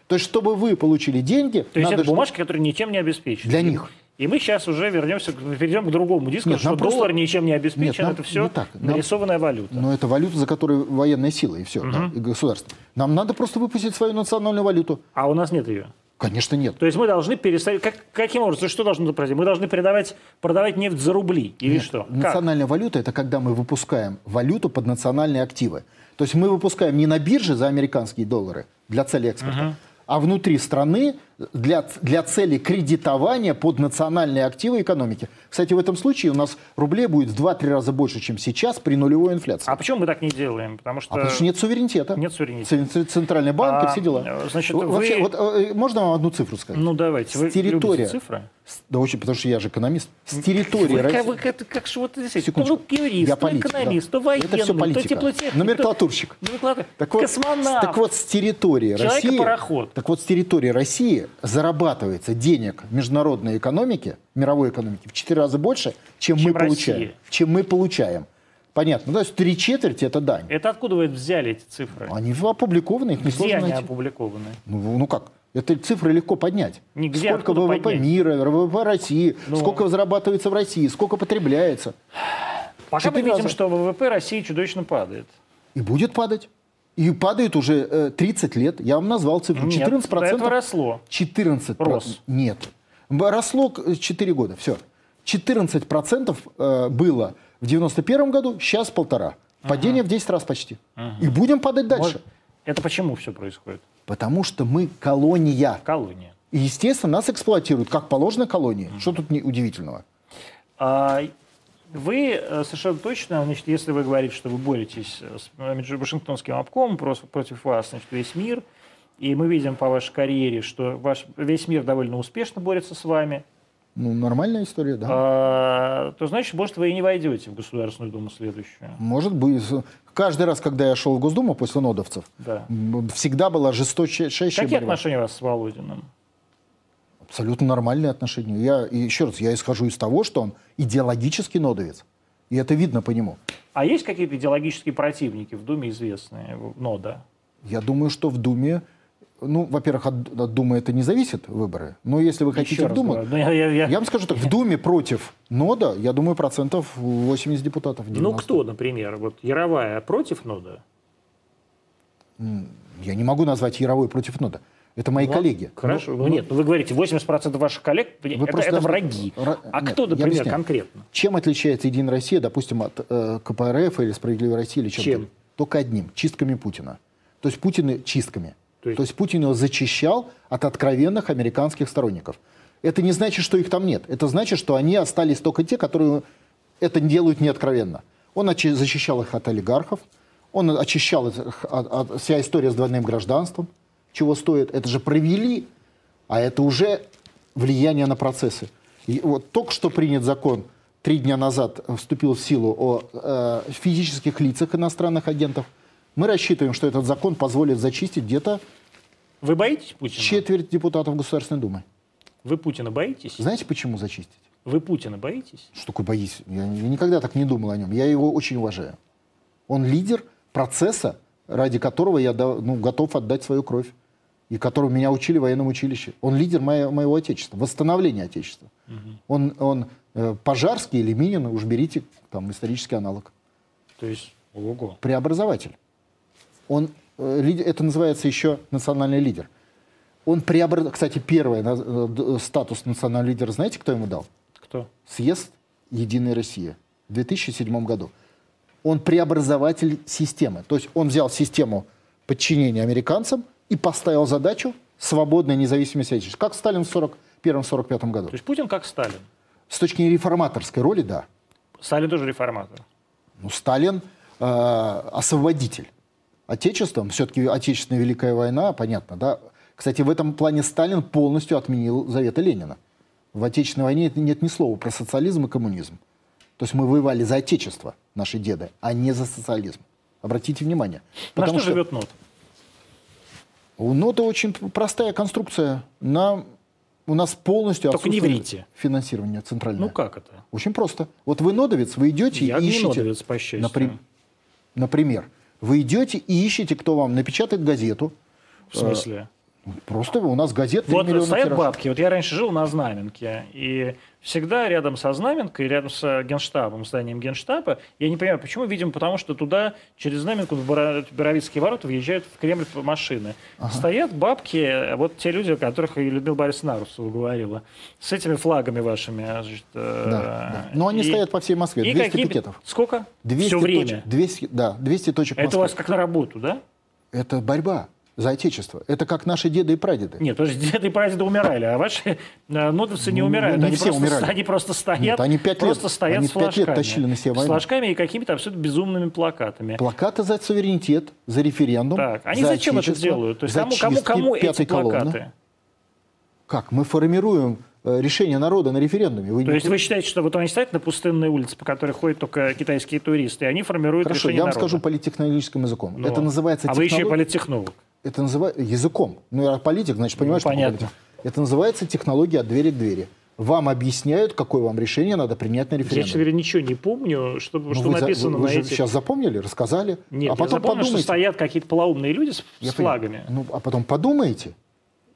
То есть, чтобы вы получили деньги... То есть надо, это чтоб- бумажки, которые ничем не обеспечены. Для них. И мы сейчас уже вернемся, к- перейдем к другому дискурсу, Нет, что нам просто- доллар ничем не обеспечен, Нет, нам это все не так. Нам- нарисованная валюта. Но это валюта, за которую военная сила, и все, да, и государство. Нам надо просто выпустить свою национальную валюту. А у нас нет ее. Конечно, нет. То есть мы должны перестать... Как, каким образом? Что должно произойти? Мы должны передавать, продавать нефть за рубли или Нет, что? Как? Национальная валюта – это когда мы выпускаем валюту под национальные активы. То есть мы выпускаем не на бирже за американские доллары для цели экспорта, а внутри страны для, ц- для цели кредитования под национальные активы экономики. Кстати, в этом случае у нас рублей будет в 2-3 раза больше, чем сейчас при нулевой инфляции. А почему мы так не делаем? Потому что... А потому что нет суверенитета. Нет суверенитета. Цен- цен- Центральный банк А, и все дела. э, значит, Во- Вообще, вы- вот, э, можно вам одну цифру сказать? Ну давайте, вы С территории. любите цифры? С- Да очень, потому что я же экономист. С территории Вы, России- как, вы как- как же вот здесь, Секундочку. то юрист, Я то политик, экономист, да. то военный, Это всё политика. то теплотехник, Номенклатурщик. то- номенклатур- Так вот, космонавт. с- так вот, с территории России... Человек-пароход. Так вот, с территории России зарабатывается денег международной экономики, мировой экономики, в 4 раза больше, чем, Чем мы Россия. получаем. Чем мы получаем. Понятно. Ну, То есть три четверти – это дань. Это откуда вы взяли эти цифры? Они опубликованы, их Где несложно они найти. опубликованы? Ну, ну как? Это цифры легко поднять. Не, где, сколько откуда ВВП поднять? мира, ВВП России, Ну. сколько зарабатывается в России, сколько потребляется. Пока мы Четыре видим, раза. что ВВП России чудовищно падает. И будет падать. И падает уже э, 30 лет. Я вам назвал цифру. Нет, 14%. до этого росло. 14%. Рос. Нет. Б- Росло 4 года. Все. 14% э, было в 91 году, сейчас полтора. Падение в 10 раз почти. И будем падать дальше. Может, Это почему все происходит? Потому что мы колония. Колония. И, естественно, нас эксплуатируют, как положено колонии. Что тут не удивительного? А вы э, совершенно точно, значит, если вы говорите, что вы боретесь э, с э, между Вашингтонским обкомом, просто против вас, значит, весь мир, и мы видим по вашей карьере, что ваш, весь мир довольно успешно борется с вами, Ну, нормальная история, да. а, то значит, может, вы и не войдете в Государственную Думу следующую. Может быть. Каждый раз, когда я шел в Госдуму после нодовцев, Да. м, всегда была жесточайшая Какие борьба. отношения у вас с Володиным? Абсолютно нормальные отношения. Я, и еще раз, я исхожу из того, что он идеологический нодовец. И это видно по нему. А есть какие-то идеологические противники в Думе известные? в- Ну, да. Я думаю, что в Думе... Ну, во-первых, от, от Думы это не зависит выборы. Но если вы хотите Еще в раз Думу... говорю. Ну, я- я- я- Я вам скажу так, в Думе против НОДА, я думаю, процентов 80 депутатов. Ну, 90. кто, например? Вот Яровая против нода? Я не могу назвать Яровой против нода. Это мои коллеги. Хорошо. Ну, нет, ну, вы говорите, 80% ваших коллег Вы это, просто это должны- враги. Ра- А нет, кто, я например, объясняю. конкретно? Чем отличается Единая Россия, допустим, от э, КПРФ или Справедливой России или чем-то? Чем? Только одним – чистками Путина. То есть Путин и- чистками. То То есть- есть... Путин его зачищал от откровенных американских сторонников. Это не значит, что их там нет. Это значит, что они остались только те, которые это делают неоткровенно. Он очи- защищал их от олигархов, он очищал их от- от- вся история с двойным гражданством, чего стоит. Это же провели, а это уже влияние на процессы. И вот только что принят закон, три дня назад вступил в силу о э, физических лицах иностранных агентов. Мы рассчитываем, что этот закон позволит зачистить где-то Вы боитесь Путина? четверть депутатов Государственной Думы. Вы Путина боитесь? Знаете, почему зачистить? Вы Путина боитесь? Что такое боюсь? Я, я никогда так не думал о нем. Я его очень уважаю. Он лидер процесса, ради которого я да- ну, готов отдать свою кровь. И которого меня учили в военном училище. Он лидер моя- моего отечества, восстановление отечества. Он, он э, Пожарский или Минин, уж берите там исторический аналог То есть, ого. преобразователь. Он, э, лид- это называется еще национальный лидер. Он преобразовал... Кстати, первый наз- э, д- э, статус национального лидера, знаете, кто ему дал? Кто? Съезд «Единая Россия» в 2007 году. Он преобразователь системы. То есть он взял систему подчинения американцам и поставил задачу свободной независимости отечества. Как Сталин в 1941-1945 году. То есть Путин как Сталин. С точки реформаторской роли, да. Сталин тоже реформатор. Ну, Сталин э, освободитель отечеством. Все-таки Отечественная Великая война, понятно, да? Кстати, в этом плане Сталин полностью отменил заветы Ленина. В Отечественной войне это нет ни слова про социализм и коммунизм. То есть мы воевали за Отечество, наши деды, а не за социализм. Обратите внимание. На что, живет НОТ? у ноты ну, очень п- простая конструкция. Нам, у нас полностью Только не отсутствует врите. финансирование центральное. Ну как это? Очень просто. Вот вы нодовец, вы идете Я и не ищете. нодовец, по счастью. Напри- Например, вы идете и ищете, кто вам напечатает газету. В смысле? Просто у нас газет 3 Вот миллиона стоят тираж. бабки. Вот я раньше жил на Знаменке. И всегда рядом со Знаменкой, рядом с э, генштабом, зданием генштаба, я не понимаю, почему, видимо, потому что туда через Знаменку в Боро- Боровицкие ворота въезжают в Кремль машины. Стоят бабки, э, вот те люди, о которых и Людмила Борисовна Нарусова говорила, с этими флагами вашими. значит, э, Да, да. Но они и- стоят по всей Москве. и 200 какие- пикетов. Сколько? 200 Все время. Точек, 200, да, 200 точек Это у Москвы. вас как на работу, да? Это борьба за отечество. Это как наши деды и прадеды. Нет, [laughs] подожди, деды и прадеды умирали, а ваши э, нодовцы не Ну, умирают. не они, все просто, умирали. они просто стоят, Нет, они пять лет- просто стоят они с пять лет флажками. тащили на себя С войну. флажками и какими-то абсолютно безумными плакатами. Плакаты за суверенитет, за референдум. Так, они за зачем это отечество, делают? То есть за кому, кому, чистки кому эти ну, пятой колонны. плакаты? Как? Мы формируем э, решение народа на референдуме. Вы То не есть вы считаете, что вот они стоят на пустынной улице, по которой ходят только китайские туристы, и они формируют Хорошо, решение я вам народа? скажу политтехнологическим языком. Ну, это называется А вы еще и технолог- политтехнолог. Это называется языком. Ну, я политик, значит, понимаешь, Ну, что такое понятно. политик. Это называется технология от двери к двери. Вам объясняют, какое вам решение надо принять на Я, честно референдуме. говоря, ничего не помню, что, Ну, что вы за- написано вы, вы на же этих... сейчас запомнили, рассказали, Нет, а потом я запомнил, подумайте. что стоят какие-то полоумные люди с, Я с понимаю. флагами. Ну, а потом подумаете.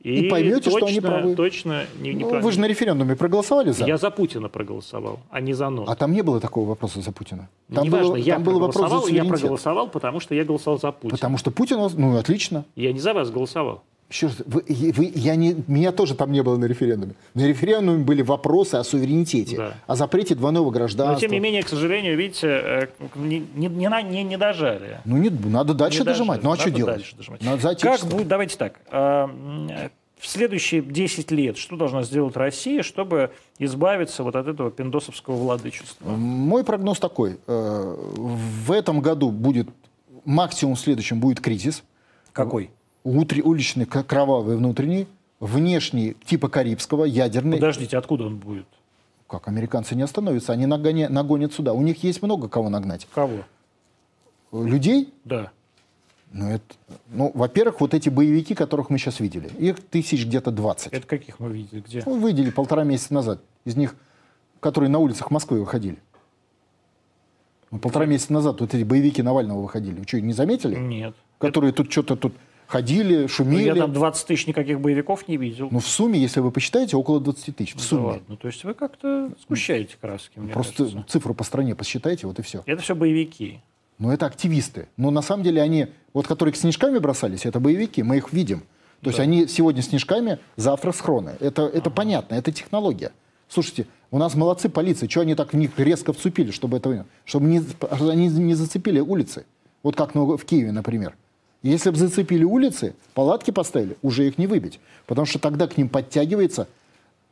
и поймете, что точно, они правы. Точно, не, не Ну, правы. вы же на референдуме проголосовали за. Я за Путина проголосовал, а не за НОТ. А там не было такого вопроса за Путина. Там, Неважно, было, я там был вопрос за проголосовал, я суверенитет. проголосовал, потому что я голосовал за Путина. Потому что Путин, он- ну, отлично. Я не за вас голосовал. Еще раз, вы- и- вы- я не, меня тоже там не было на референдуме. На референдуме были вопросы о суверенитете, Да. о запрете двойного Но, гражданства. тем не менее, к сожалению, видите, э, к- не, не- не на- не- не дожали. Ну, не, надо дальше Не дожимать. Ну, а дожали. что Надо делать? дальше дожимать. Надо за Как отечество. будет, давайте так, а, м, в следующие 10 лет что должна сделать Россия, чтобы избавиться вот от этого пиндосовского владычества? Мой прогноз такой. Э, В этом году будет, максимум в следующем будет кризис. Какой? Утре- уличный, к- кровавый внутренний, внешний, типа карибского, ядерный. Подождите, откуда он будет? Как, американцы не остановятся, они нагоня- нагонят сюда. У них есть много кого нагнать. Кого? Людей, Да. ну, это, ну, во-первых, вот эти боевики, которых мы сейчас видели, их тысяч где-то 20. Это каких мы видели? Где? Ну, выделили полтора месяца назад. Из них, которые на улицах Москвы выходили. Ну, полтора месяца назад вот эти боевики Навального выходили. Вы что, не заметили? Нет. Которые тут что-то тут ходили, Ну, шумели. я там 20 тысяч никаких боевиков не видел. Ну, в сумме, если вы посчитаете, около 20 тысяч. В Ну, Да сумме. ладно, то есть вы как-то сгущаете краски, мне Просто кажется. цифру по стране посчитайте, вот и все. Это все боевики. Но это активисты. Но на самом деле они, вот которые снежками бросались, это боевики, мы их видим. То есть они сегодня снежками, завтра схроны. Это, это понятно, это технология. Слушайте, у нас молодцы полиции, что они так в них резко вцепили, чтобы это, чтобы не, а, они не зацепили улицы. Вот как на- в Киеве, например. Если бы зацепили улицы, палатки поставили, уже их не выбить. Потому что тогда к ним подтягивается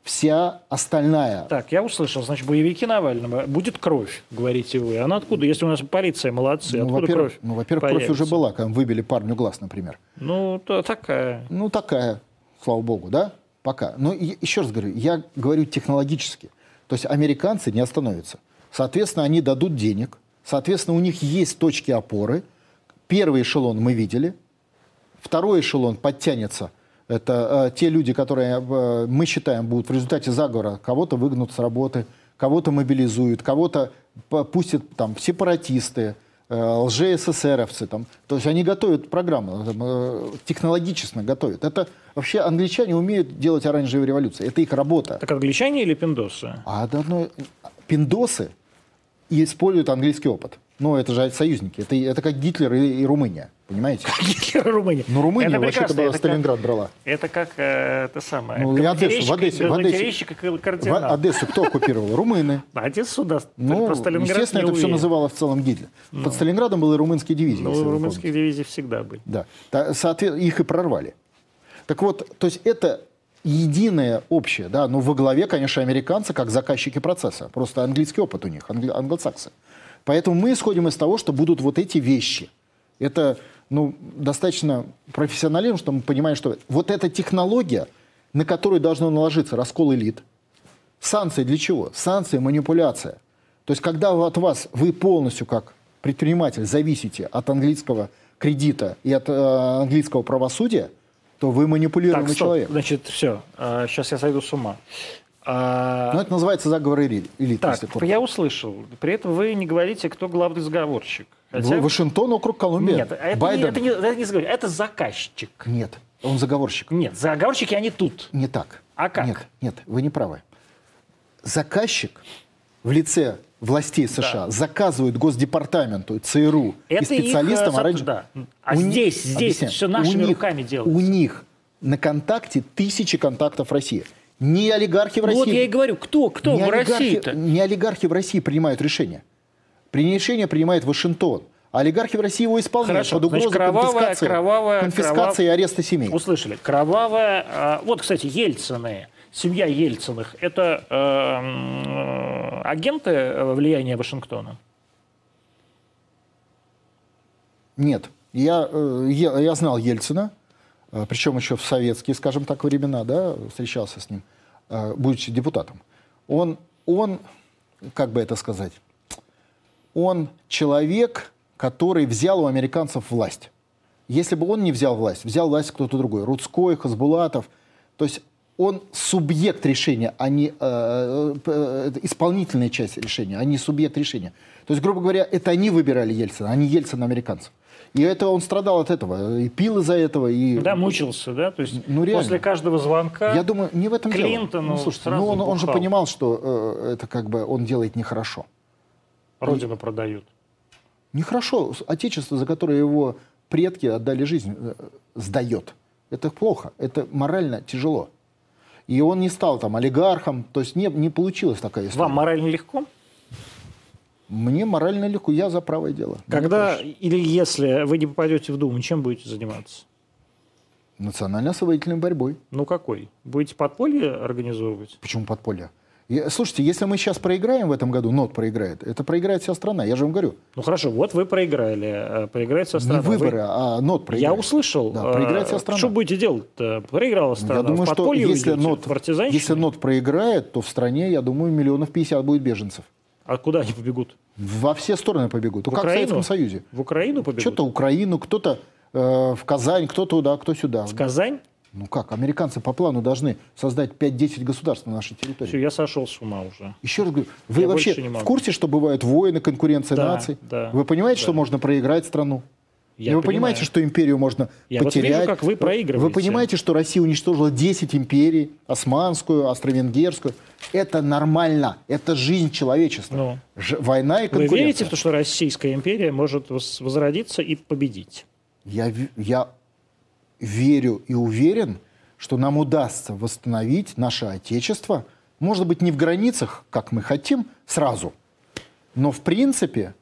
вся остальная Так, я услышал, значит, боевики Навального. Будет кровь, говорите вы. Она откуда? Если у нас полиция, молодцы, Ну, откуда во-первых, кровь? ну, во-первых, кровь появится? уже была, когда выбили парню глаз, например. Ну, та- такая. Ну, такая, слава богу, да? Пока. Но и- еще раз говорю, я говорю технологически. То есть американцы не остановятся. Соответственно, они дадут денег. Соответственно, у них есть точки опоры. Первый эшелон мы видели. Второй эшелон подтянется. Это э, те люди, которые, э, мы считаем, будут в результате заговора кого-то выгнут с работы, кого-то мобилизуют, кого-то п- пустят там в сепаратисты, э, лже-СССРовцы. Там. То есть они готовят программу, там, э, технологически готовят. Это вообще англичане умеют делать оранжевые революции. Это их работа. Так англичане или пиндосы? [laughs] А одно... пиндосы используют английский опыт. Ну, это же союзники. Это, это как Гитлер и, и Румыния. Понимаете? Гитлер и Румыния. Ну, Румыния Это вообще-то прекрасно, была это как- Сталинград брала. Это как э, это самое. Ну, и Одессу, в Контерейщик, Одессе, в Одессе. контерейщик и кар- В кардинал. Одессу кто оккупировал? Румыны. Одессу, да. Ну, про Сталинград естественно, не это все уверен. называло в целом Гитлер. Под Сталинградом были румынские дивизии. если Ну, вы румынских дивизий всегда были. Да. Та- соответ- их и прорвали. Так вот, то есть это единое общее, да, но во главе, конечно, американцы как заказчики процесса. Просто английский опыт у них, англи- англосаксы. Поэтому мы исходим из того, что будут вот эти вещи. Это ну, достаточно профессионализм, что мы понимаем, что вот эта технология, на которую должно наложиться раскол элит, Санкции для чего? Санкции – манипуляция. То есть, когда вы- от вас вы полностью, как предприниматель, зависите от английского кредита и от э, английского правосудия, то вы манипулируемый Так, стоп. человек. Значит, все. Сейчас я сойду с ума. Но А, Ну, это называется заговор эли- элит. так, если коротко. я услышал. При этом вы не говорите, кто главный заговорщик. Хотя- В- Вашингтон, округ Колумбия. Нет, это, Байден. Не, это, не, это не заговорщик, это заказчик. Нет, он заговорщик. Нет, заговорщики они тут. Не так. А как? Нет, нет, вы не правы. Заказчик в лице властей США заказывает Госдепартаменту, ЦРУ и Это их, э, специалистам сот- оранж- да. А У ни- здесь, здесь Объясняю. все нашими У них- руками У делается. них на контакте тысячи контактов в России. Не олигархи в Ну России. вот я и говорю, кто, кто не в олигархи- России-то? не олигархи в России принимают решения. При- Решение принимает Вашингтон. А олигархи в России его исполняют Хорошо, под угрозой значит, кровавая, конфискации, кровавая, конфискации и кровав- ареста семей. Услышали. Кровавая. а, Вот, кстати, Ельцины. Семья Ельциных. Это э, м, э, агенты э, влияния Вашингтона? Нет. Я, э, я, я знал Ельцина, э, причем еще в советские, скажем так, времена, да, встречался с ним, э, будучи депутатом. Он, он, как бы это сказать, он человек, который взял у американцев власть. Если бы он не взял власть, взял власть кто-то другой, Рудской, Хасбулатов, то есть он субъект решения, а не э, э, э, исполнительная часть решения, а не субъект решения. То есть, грубо говоря, это они выбирали Ельцина, а не Ельцин американцев. И это он страдал от этого, и пил из-за этого, и... Да, мучился, да? То есть Ну, реально. после каждого звонка... Я думаю, не в этом дело. Клинтону Ну, слушайте, сразу ну, он, он же бухал. понимал, что э, это как бы он делает нехорошо. Родину продают. Нехорошо. С- Отечество, за которое его предки отдали жизнь, э, сдает. Это плохо. Это морально тяжело. И он не стал там олигархом. То есть не, не получилась такая история. Вам морально легко? Мне морально легко. Я за правое дело. Мне Когда проще. или если вы не попадете в Думу, чем будете заниматься? Национально-освободительной борьбой. Ну какой? Будете подполье организовывать? Почему подполье? Я- слушайте, если мы сейчас проиграем в этом году, НОТ проиграет, это проиграет вся страна. Я же вам говорю. Ну хорошо, вот вы проиграли. э, Проиграет со Не страной. выборы, а НОТ проиграет. Я услышал. Да, э, проиграет вся страна. Что будете делать-то? Проиграла страна. Я думаю, В что подполье если уйдете? НОТ, В партизанщину? если НОТ проиграет, то в стране, я думаю, миллионов 50 будет беженцев. А куда они побегут? Во все стороны побегут. Ну, В как в Украину? Советском Союзе. В Украину побегут? Что-то Украину, кто-то э, в Казань, кто туда, кто сюда. В Казань? Ну как, американцы по плану должны создать 5-10 государств на нашей территории. Все, я сошел с ума уже. Еще раз говорю, вы Я вообще больше не в могу. курсе, что бывают войны, конкуренция Да, наций? да, вы понимаете, да. что можно проиграть страну? Я И вы понимаю. понимаете, что империю можно Я вот вижу, потерять? как вы проигрываете. Вы понимаете, что Россия уничтожила 10 империй, османскую, австро-венгерскую. Это нормально, это жизнь человечества. Ну. Ж- война и Вы конкуренция. верите в то, что Российская империя может вос- возродиться и победить? Я, ве- я верю и уверен, что нам удастся восстановить наше Отечество, может быть, не в границах, как мы хотим, сразу, но в принципе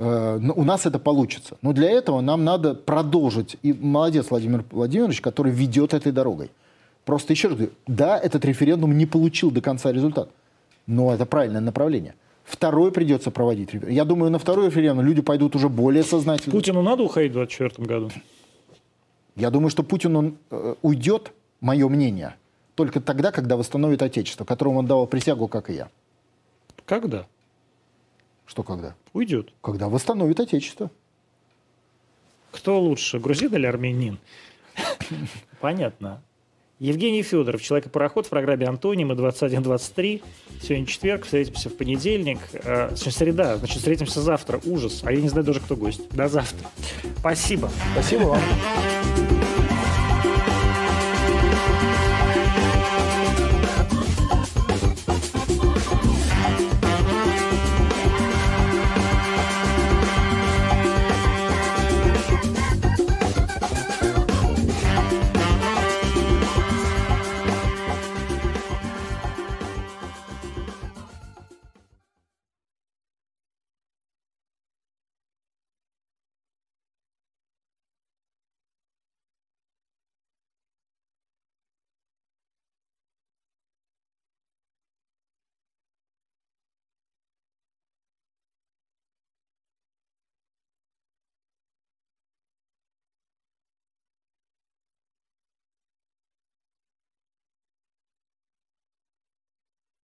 э, ну, у нас это получится. Но для этого нам надо продолжить. И молодец Владимир Владимирович, который ведет этой дорогой. Просто еще раз говорю, да, этот референдум не получил до конца результат, но это правильное направление. Второй придется проводить. рефер- Я думаю, на второй референдум люди пойдут уже более сознательно. Путину надо уходить в 2024 году? Я думаю, что Путин он, э, уйдет, мое мнение, только тогда, когда восстановит Отечество, которому он давал присягу, как и я. Когда? Что когда? Уйдет. Когда восстановит Отечество. Кто лучше, грузин или армянин? Понятно. Евгений Федоров, «Человек-пароход» в программе «Антонимы» 21-23. Сегодня четверг, встретимся в понедельник. Э, Сегодня среда, значит, встретимся завтра. Ужас. А я не знаю даже, кто гость. До завтра. Спасибо. Спасибо вам.